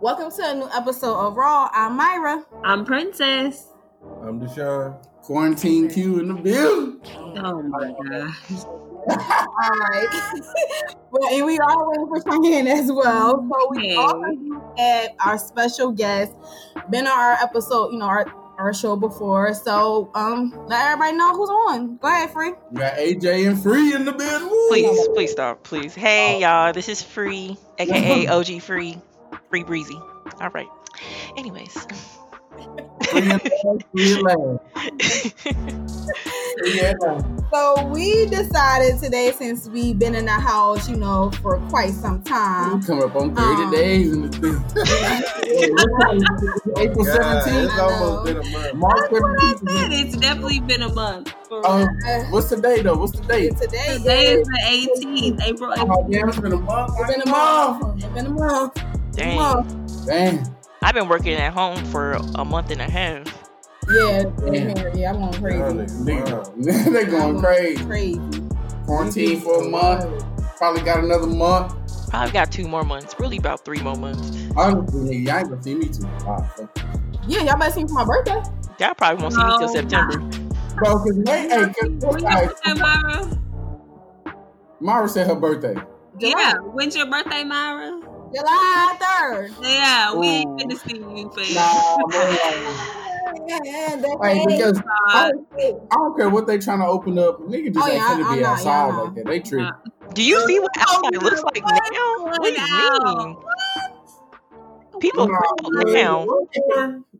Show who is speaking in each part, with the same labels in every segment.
Speaker 1: Welcome to a new episode of Raw. I'm Myra.
Speaker 2: I'm Princess.
Speaker 3: I'm Deshaun.
Speaker 4: Quarantine Q in the building.
Speaker 2: Oh my gosh.
Speaker 1: All right. well, and we are waiting for Cheyenne as well. So we
Speaker 2: Hey.
Speaker 1: already had our special guest, been on our episode, you know, our, our show before. So um, let everybody know who's on. Go ahead, Free.
Speaker 4: We got AJ and Free in the building. Woo!
Speaker 5: Please, please stop, please. Hey y'all, this is Free, aka OG Free, Free Breezy. All right. Anyways,
Speaker 4: Free in the building, Free in the building. Yeah.
Speaker 1: So we decided today, since we've been in the house, you know, for quite some time.
Speaker 4: We come up on 30
Speaker 1: Um,
Speaker 4: days in the thing. April
Speaker 3: God,
Speaker 4: 17th.
Speaker 3: It's almost been a month.
Speaker 4: March 17th.
Speaker 2: It's definitely been a month. For
Speaker 4: Um,
Speaker 2: real.
Speaker 4: what's the day though? What's the date?
Speaker 1: Today,
Speaker 2: Today is the 18th, April 18th.
Speaker 4: Oh, damn, it's been a month.
Speaker 1: it's been a month. It's been a month.
Speaker 5: dang.
Speaker 1: month.
Speaker 4: Damn.
Speaker 5: I've been working at home for a month and a half.
Speaker 1: Yeah, yeah, yeah, I'm on
Speaker 3: Golly,
Speaker 1: crazy.
Speaker 3: wow.
Speaker 4: Nigga, they going crazy.
Speaker 1: Crazy.
Speaker 4: Quarantine for a month. Probably got another month.
Speaker 5: Probably got two more months, really about three more months.
Speaker 4: Honestly, nigga, y'all ain't gonna see me too. Wow, fuck.
Speaker 1: Yeah, y'all might see me for my birthday.
Speaker 5: Y'all probably won't see me till
Speaker 2: No.
Speaker 5: September.
Speaker 4: Bro, cause they, hey, cause
Speaker 2: When's your birthday, Myra?
Speaker 4: Myra said her birthday.
Speaker 2: Yeah, when's your birthday, Myra?
Speaker 1: July 3rd.
Speaker 2: Yeah, we ain't
Speaker 4: Ooh.
Speaker 2: gonna see you, but
Speaker 4: Oh. Nah, man.
Speaker 1: Yeah,
Speaker 4: Like,
Speaker 1: that's
Speaker 4: because I, I don't care what they trying to open up. Nigga just
Speaker 1: Oh,
Speaker 4: ain't
Speaker 1: yeah,
Speaker 4: finna
Speaker 1: I'm
Speaker 4: be
Speaker 1: not,
Speaker 4: outside
Speaker 1: yeah, I'm
Speaker 4: like that. They tripping.
Speaker 2: Nah.
Speaker 5: Do you see what outside
Speaker 2: no,
Speaker 5: looks like
Speaker 2: what's
Speaker 5: now? What do
Speaker 2: going
Speaker 5: you mean? People
Speaker 4: Nah,
Speaker 5: crowd
Speaker 4: man.
Speaker 5: now.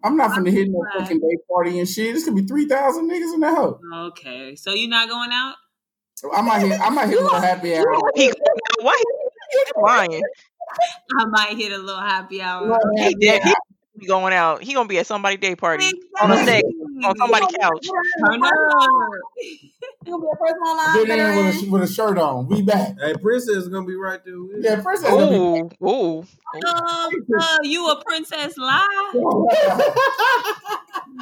Speaker 4: I'm not finna hit no
Speaker 2: Right.
Speaker 4: fucking day party and shit. This could be three thousand niggas in the house.
Speaker 2: Okay, so you're not going out?
Speaker 4: I might hit. I might hit a little happy hour.
Speaker 5: He why he lying?
Speaker 2: I might hit a little happy hour.
Speaker 5: He did. He be going out. He gonna be at somebody day party
Speaker 4: On a
Speaker 5: deck,
Speaker 4: oh,
Speaker 5: on somebody's couch.
Speaker 2: Turn up.
Speaker 1: You're gonna be the first one online.
Speaker 4: Get
Speaker 1: better
Speaker 4: in with a,
Speaker 1: than-
Speaker 4: with a shirt on. We back.
Speaker 3: Hey, Princess is gonna be right there with
Speaker 4: Yeah, first of all,
Speaker 5: Ooh, ooh.
Speaker 2: Um, uh, you a princess lie?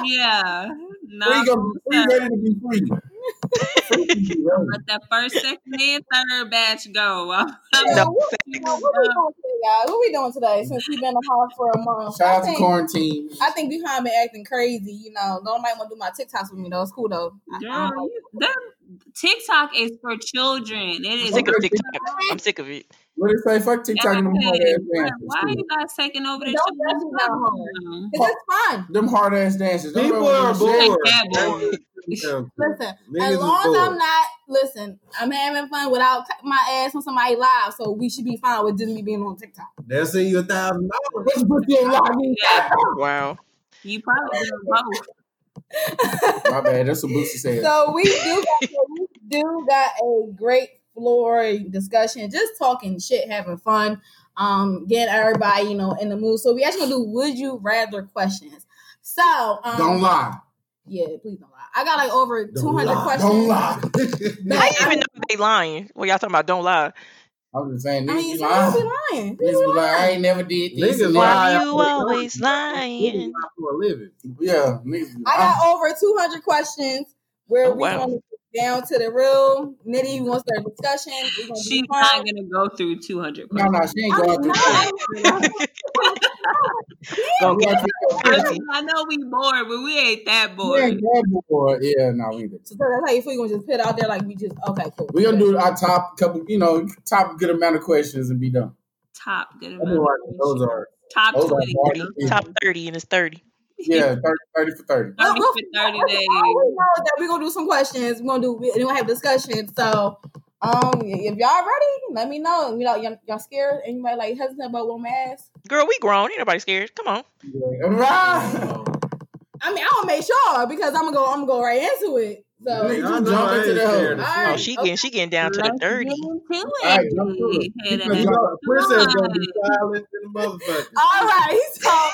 Speaker 2: Yeah. No.
Speaker 4: free, go, free ready to be free. Free to be ready.
Speaker 2: Let that first, second, and third batch go. I'm
Speaker 1: Yeah,
Speaker 5: No,
Speaker 1: what, you know, what we doing today, y'all? What we doing today since we've been in the house for a month?
Speaker 4: Shout out
Speaker 1: I
Speaker 4: to
Speaker 1: think,
Speaker 4: quarantine.
Speaker 1: I think behind me acting crazy, you know. Nobody want to do my TikToks with me, though. It's cool, though. I- I
Speaker 2: Girl,
Speaker 1: don't know.
Speaker 2: you, that, TikTok is for children. It
Speaker 5: I'm
Speaker 2: is.
Speaker 5: sick of TikTok. I'm sick of it.
Speaker 4: What did it say? Fuck TikTok and them
Speaker 2: And I
Speaker 4: hard
Speaker 2: said,
Speaker 4: ass
Speaker 2: "Bruh,
Speaker 4: dances.
Speaker 2: Why are you guys taking over the
Speaker 1: Don't mess with my
Speaker 2: show?
Speaker 1: It's just fun.
Speaker 4: Them hard ass dances. Them
Speaker 3: People
Speaker 4: ready
Speaker 3: are
Speaker 4: to
Speaker 3: bored.
Speaker 4: shit.
Speaker 2: Take that, boy.
Speaker 3: Damn,
Speaker 1: Listen,
Speaker 3: niggas
Speaker 1: as
Speaker 3: is
Speaker 1: long as I'm
Speaker 3: bored.
Speaker 1: not, listen, I'm having fun without cutting my ass on somebody live, so we should be fine with just me being on TikTok.
Speaker 3: They'll send you a thousand dollars.
Speaker 4: Let's put you in line.
Speaker 2: Yeah,
Speaker 5: Wow.
Speaker 2: you probably doing both.
Speaker 4: My bad. That's what Boosie said.
Speaker 1: So we do got, we do got a great floor discussion, just talking shit, having fun, um, getting everybody you know in the mood. So we actually gonna do would you rather questions. So um,
Speaker 4: don't lie.
Speaker 1: Yeah, please don't lie. I got like over
Speaker 3: Don't
Speaker 1: two hundred
Speaker 3: lie.
Speaker 1: questions.
Speaker 4: Don't lie.
Speaker 1: But
Speaker 5: I didn't even know they lying. Well, y'all talking about don't lie.
Speaker 4: I'm just saying.
Speaker 1: I mean,
Speaker 4: Niggas be
Speaker 1: so don't
Speaker 4: lying.
Speaker 1: be lying.
Speaker 4: Niggas
Speaker 1: People
Speaker 4: be like, I ain't never did this.
Speaker 3: Niggas
Speaker 4: and
Speaker 3: lie. Why
Speaker 5: Why
Speaker 4: that.
Speaker 3: you
Speaker 5: you always
Speaker 3: Niggas
Speaker 5: lying?
Speaker 3: lie for a living.
Speaker 4: Yeah, niggas be
Speaker 1: I
Speaker 4: lying.
Speaker 1: got over 200 questions where
Speaker 5: Oh,
Speaker 1: we're
Speaker 5: wow.
Speaker 1: going to get down to the real nitty. You want to start a discussion? We're going to
Speaker 2: She's
Speaker 1: be
Speaker 2: not
Speaker 1: fun.
Speaker 2: gonna go through 200
Speaker 4: No, no,
Speaker 2: questions.
Speaker 4: she ain't
Speaker 1: I'm
Speaker 4: going through
Speaker 1: not.
Speaker 4: shit.
Speaker 5: Gonna
Speaker 4: She
Speaker 5: get
Speaker 4: ain't going through shit.
Speaker 2: I know we bored, but we ain't that
Speaker 4: She ain't
Speaker 2: bored.
Speaker 4: going through shit. Yeah, no, either.
Speaker 1: So that's how you feel. You're going to just put it out there like we just, okay, cool.
Speaker 4: We're gonna do our top couple, you know, top good amount of questions and be done.
Speaker 2: Top good
Speaker 3: I been watching
Speaker 2: amount.
Speaker 3: Ozark.
Speaker 2: Top
Speaker 4: Those are
Speaker 2: 20.
Speaker 4: hard
Speaker 2: you know?
Speaker 4: to do.
Speaker 5: Top 30 and it's 30.
Speaker 4: Yeah, 30, 30 for 30.
Speaker 1: Well,
Speaker 2: 30
Speaker 1: we'll-
Speaker 2: for 30 days.
Speaker 1: All we know is that we're going to do some questions. We're going to do, we're going to have discussions. So um, if y'all ready, let me know. You know, y'all, y'all scared? Anybody like hesitant about what I'm gonna ask?
Speaker 5: Girl, we grown. Ain't nobody scared. Come on.
Speaker 4: Yeah.
Speaker 1: Ah.
Speaker 4: Right.
Speaker 1: I mean, I'll make sure because I'm going to go, I'm going to go right into it. So.
Speaker 4: Nigga,
Speaker 3: I
Speaker 4: you
Speaker 3: know
Speaker 4: jump
Speaker 3: I
Speaker 4: into
Speaker 3: ain't
Speaker 4: the hole.
Speaker 3: scared of
Speaker 1: All
Speaker 5: Oh,
Speaker 1: right.
Speaker 5: she getting she getting down to the
Speaker 2: Let's get
Speaker 5: 30.
Speaker 2: into
Speaker 4: All right, jump through
Speaker 2: it.
Speaker 4: it.
Speaker 2: Hit
Speaker 3: You
Speaker 2: it.
Speaker 3: know, Princess gonna be silent than a motherfucker.
Speaker 1: All right. So.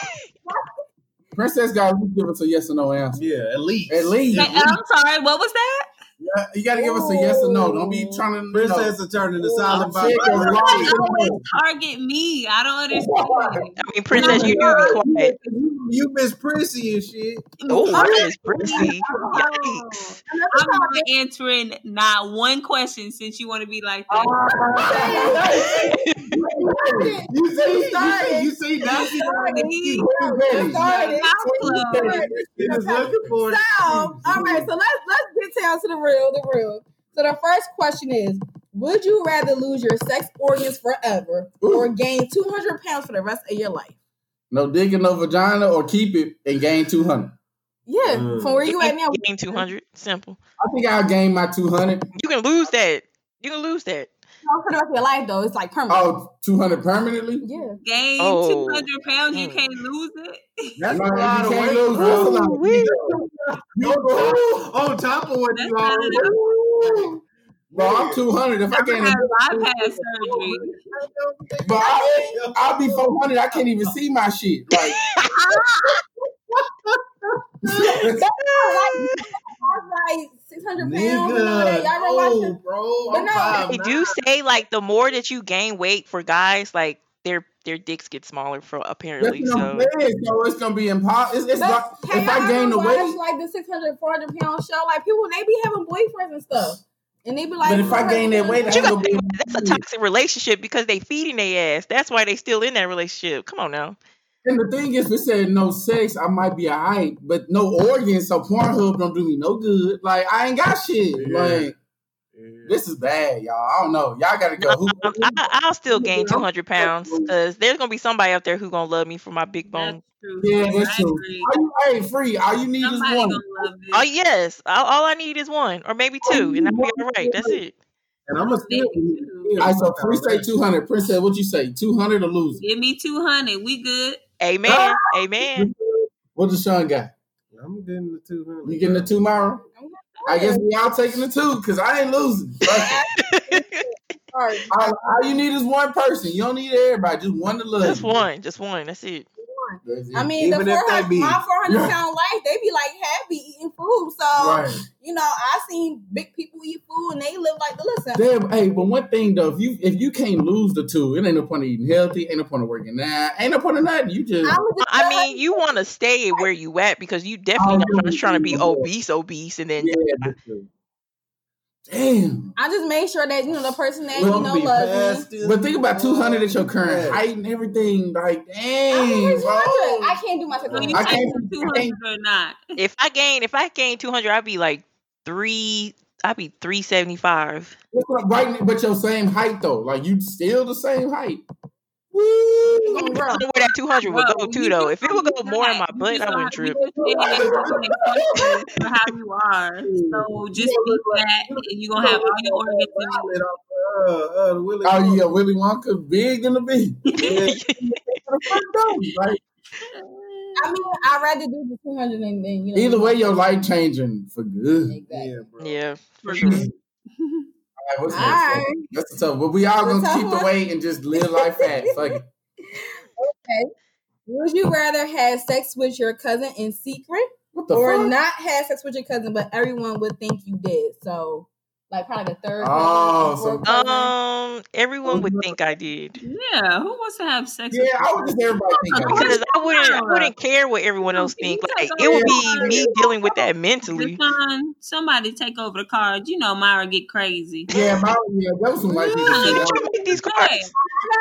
Speaker 4: Princess got to give us a yes or no answer.
Speaker 3: Yeah, at least.
Speaker 4: At least.
Speaker 1: um,
Speaker 2: Hey, I'm sorry, what was that?
Speaker 4: Yeah, You gotta give us a yes or no. Don't be trying to.
Speaker 3: Princess are turning to silent
Speaker 4: No. Shit,
Speaker 3: body.
Speaker 4: you're
Speaker 2: Why
Speaker 4: right.
Speaker 2: always target me? I don't understand.
Speaker 5: I mean, princess, you do be quiet.
Speaker 3: You, you miss Prissy and shit.
Speaker 5: Oh,
Speaker 2: I'm
Speaker 5: that is
Speaker 2: not-
Speaker 5: prissy. Yikes.
Speaker 2: I'm not answering not one question since you want to be like that.
Speaker 4: You see, you see,
Speaker 1: started.
Speaker 4: you see, that's
Speaker 1: You
Speaker 4: you
Speaker 1: You started.
Speaker 2: Club.
Speaker 3: He was looking for it.
Speaker 1: So, all right, so let's let's get down to the real, the real. So the first question is: Would you rather lose your sex organs forever or gain two hundred pounds for the rest of your life?
Speaker 4: No digging, no vagina, or keep it and gain two hundred.
Speaker 1: Yeah,
Speaker 3: Mm.
Speaker 1: from where you at now,
Speaker 5: Game 200. Simple.
Speaker 4: I think I'll gain my two hundred.
Speaker 5: You can lose that. You can lose that.
Speaker 1: for the rest of your life though, it's like permanent.
Speaker 4: Oh, 200 permanently?
Speaker 1: Yeah,
Speaker 2: Gain
Speaker 5: Oh.
Speaker 2: 200 pounds, you
Speaker 5: Mm.
Speaker 2: can't lose it.
Speaker 3: That's a
Speaker 4: No,
Speaker 3: lot
Speaker 4: you
Speaker 3: of
Speaker 4: can't
Speaker 3: weight.
Speaker 4: lose.
Speaker 3: bro.
Speaker 4: That's a lot.
Speaker 5: Ooh-wee.
Speaker 3: You go on top of what
Speaker 2: That's
Speaker 3: you
Speaker 2: not
Speaker 3: already
Speaker 2: enough.
Speaker 4: Bro, I'm 200. If I
Speaker 2: I'm gonna
Speaker 4: can't,
Speaker 2: have bypass surgery.
Speaker 4: but I, I'll be 400. I can't even see my shit. Like,
Speaker 1: I was like six hundred pounds. and all
Speaker 3: Nigga,
Speaker 1: that. Y'all realize
Speaker 3: no, bro.
Speaker 1: But
Speaker 3: I'm
Speaker 1: no,
Speaker 3: five
Speaker 5: They
Speaker 3: nine.
Speaker 5: do say like the more that you gain weight for guys, like their their dicks get smaller for
Speaker 4: that's
Speaker 5: apparently.
Speaker 4: what I'm
Speaker 5: So
Speaker 4: saying. So it's going to be impossible. It's, it's
Speaker 1: But,
Speaker 4: like,
Speaker 1: hey,
Speaker 4: if I gain the
Speaker 1: watch,
Speaker 4: weight,
Speaker 1: like the 600, 400 pound show, like people, they be having boyfriends and stuff. And they be like,
Speaker 4: but if I gain that weight,
Speaker 5: But
Speaker 4: I'm
Speaker 5: you gotta
Speaker 4: going to be.
Speaker 5: that's a toxic relationship because they feeding their ass. That's why they still in that relationship. Come on now.
Speaker 4: And the thing is, if it said no sex, I might be a hype, but no organs, so Pornhub don't do me no good. Like, I ain't got shit.
Speaker 3: Yeah.
Speaker 4: Like,
Speaker 3: Yeah.
Speaker 4: this is bad, y'all. I don't know. Y'all got to go. Who,
Speaker 5: Um, I, I'll still gain two hundred pounds because there's gonna be somebody out there who gonna love me for my big
Speaker 2: That's
Speaker 5: bone.
Speaker 2: true.
Speaker 4: yeah, that's
Speaker 2: I
Speaker 4: true.
Speaker 2: agree.
Speaker 4: All you, hey, free. All you need
Speaker 2: Somebody
Speaker 4: is one.
Speaker 2: gonna love
Speaker 5: Oh
Speaker 2: this.
Speaker 5: yes, all, all I need is one or maybe two, and I'll be all right. That's it.
Speaker 3: And I'm going to
Speaker 2: Maybe
Speaker 3: still.
Speaker 2: two.
Speaker 4: All right, so free say 200. Princess, what you say? 200 or lose?
Speaker 2: Give me 200. We good.
Speaker 5: Amen. Amen.
Speaker 4: What does Sean got?
Speaker 3: I'm getting the 200.
Speaker 4: You getting the two, Myra? I guess we all taking the two because I ain't losing. Fuck it.
Speaker 1: Sorry.
Speaker 4: all, all you need is one person. You don't need everybody. Just one to love.
Speaker 5: Just
Speaker 4: you.
Speaker 5: one. Just one. That's it.
Speaker 4: That's it.
Speaker 1: I mean, the
Speaker 3: Even if they
Speaker 1: 400,
Speaker 3: be-
Speaker 1: my 400 pound life, they be like happy eating food. So,
Speaker 4: right.
Speaker 1: you know, I seen big people eat food and they live like, listen,
Speaker 4: Damn, hey, but one thing though, if you if you can't lose the two, it ain't no point of eating healthy, ain't no point of working now, ain't no point of nothing. You just
Speaker 1: I'm just
Speaker 5: I mean, you want to stay where you at because you definitely not trying to, trying to be obese, obese, and then
Speaker 4: yeah, but- damn.
Speaker 1: I just made sure that, you know, the person that, you know,
Speaker 3: Don't be
Speaker 1: loves me.
Speaker 3: fasting.
Speaker 4: But think about two hundred at your
Speaker 3: Yeah.
Speaker 4: current height and everything. Like,
Speaker 1: I'm
Speaker 4: dang,
Speaker 1: just
Speaker 4: bro.
Speaker 1: 200. I can't do my
Speaker 2: So you
Speaker 1: second.
Speaker 4: I
Speaker 2: take
Speaker 4: can't-
Speaker 2: the
Speaker 4: I
Speaker 2: 200
Speaker 4: can't-
Speaker 2: or not.
Speaker 5: if I gain if I gain two hundred, I'd be like three. I'd be three seventy five.
Speaker 4: That's what- Right, but your same height though. Like you still the same height.
Speaker 5: I
Speaker 1: Woo,
Speaker 5: don't know
Speaker 1: bro.
Speaker 5: where that two hundred would
Speaker 2: Bro,
Speaker 5: go
Speaker 2: when
Speaker 5: to
Speaker 2: you
Speaker 5: though.
Speaker 2: do
Speaker 5: If it would go
Speaker 2: something like
Speaker 5: more in
Speaker 2: that,
Speaker 5: my
Speaker 2: you
Speaker 5: butt, I
Speaker 2: just
Speaker 5: wouldn't
Speaker 2: are- you
Speaker 5: trip.
Speaker 2: just saying that you're gonna get punched for how you are. So just be that, and you're gonna have all your organs in you.
Speaker 3: Uh, uh, the Willy
Speaker 4: Oh
Speaker 3: Wonka.
Speaker 4: yeah, Willy Wonka big in the big. Like,
Speaker 1: I mean, I'd rather do the 200 and then, you know.
Speaker 4: either way, your life changing for good.
Speaker 1: Exactly.
Speaker 3: Yeah, bro.
Speaker 5: yeah, for
Speaker 2: For
Speaker 5: sure.
Speaker 2: sure.
Speaker 4: All right, what's
Speaker 1: All
Speaker 4: next?
Speaker 1: right.
Speaker 4: That's the tough. But we all
Speaker 1: The
Speaker 4: gonna
Speaker 1: tough
Speaker 4: keep
Speaker 1: one.
Speaker 4: the weight and just live life fast. Fuck it.
Speaker 1: Would you rather have sex with your cousin in secret
Speaker 4: What the
Speaker 1: or
Speaker 4: fuck?
Speaker 1: not have sex with your cousin, but everyone would think you did? So, like, probably the third.
Speaker 4: Oh,
Speaker 1: cousin, fourth
Speaker 4: so-
Speaker 1: cousin.
Speaker 5: Um, everyone would think I did
Speaker 2: Yeah, who wants to have sex?
Speaker 4: Yeah,
Speaker 2: with
Speaker 4: I would just everybody think I
Speaker 5: because
Speaker 4: did.
Speaker 5: I wouldn't. I wouldn't care what everyone else
Speaker 2: Can you
Speaker 5: think. Like
Speaker 2: take
Speaker 5: it would
Speaker 2: over?
Speaker 5: be me dealing with that
Speaker 2: The
Speaker 5: mentally.
Speaker 2: time somebody take over the cards, you know Myra get crazy.
Speaker 4: Yeah, my, yeah, that was some white people
Speaker 2: Yeah.
Speaker 5: Look
Speaker 4: shit. y'all.
Speaker 5: at you make these cards.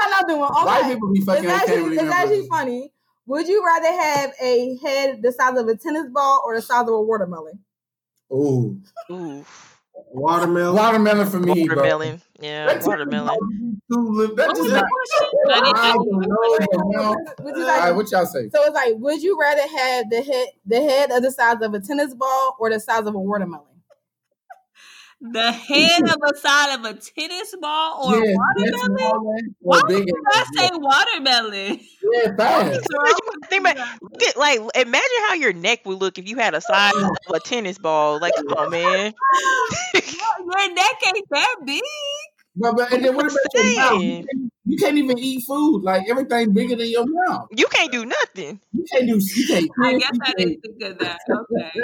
Speaker 1: I know another one.
Speaker 4: White
Speaker 1: Okay.
Speaker 4: people be fucking.
Speaker 1: It's
Speaker 4: they can't
Speaker 1: actually, it's actually
Speaker 4: remember.
Speaker 1: funny. Would you rather have a head the size of a tennis ball or the size of a watermelon?
Speaker 4: Ooh,
Speaker 5: Ooh,
Speaker 3: Watermelon.
Speaker 4: watermelon for me,
Speaker 5: watermelon. Yeah, watermelon.
Speaker 4: bro. That
Speaker 2: What was
Speaker 4: just
Speaker 2: the
Speaker 4: not.
Speaker 2: question? I didn't- I
Speaker 4: I
Speaker 2: didn't-
Speaker 4: don't know.
Speaker 1: Would
Speaker 4: All
Speaker 1: you
Speaker 4: right,
Speaker 1: like,
Speaker 4: what y'all say?
Speaker 1: so it's like, would you rather have the head the head of the size of a tennis ball or the size of a watermelon?
Speaker 2: The head of a side of a tennis ball or
Speaker 4: yeah, that's
Speaker 2: watermelon?
Speaker 4: watermelon
Speaker 2: Why
Speaker 4: or big.
Speaker 2: did I say watermelon?
Speaker 4: Yeah, fast.
Speaker 5: So that you gotta think about- look at- like imagine how your neck would look if you had a size of a tennis ball. Like, come on, man.
Speaker 2: Your neck ain't that big.
Speaker 4: But, but and then what about your mouth?
Speaker 5: Saying.
Speaker 4: You can't even eat food. Like everything bigger than your mouth.
Speaker 5: You can't do nothing.
Speaker 4: You can't do. You can't.
Speaker 2: I
Speaker 4: cook,
Speaker 2: guess
Speaker 4: you
Speaker 2: that
Speaker 4: can't-
Speaker 2: is the good that. Okay.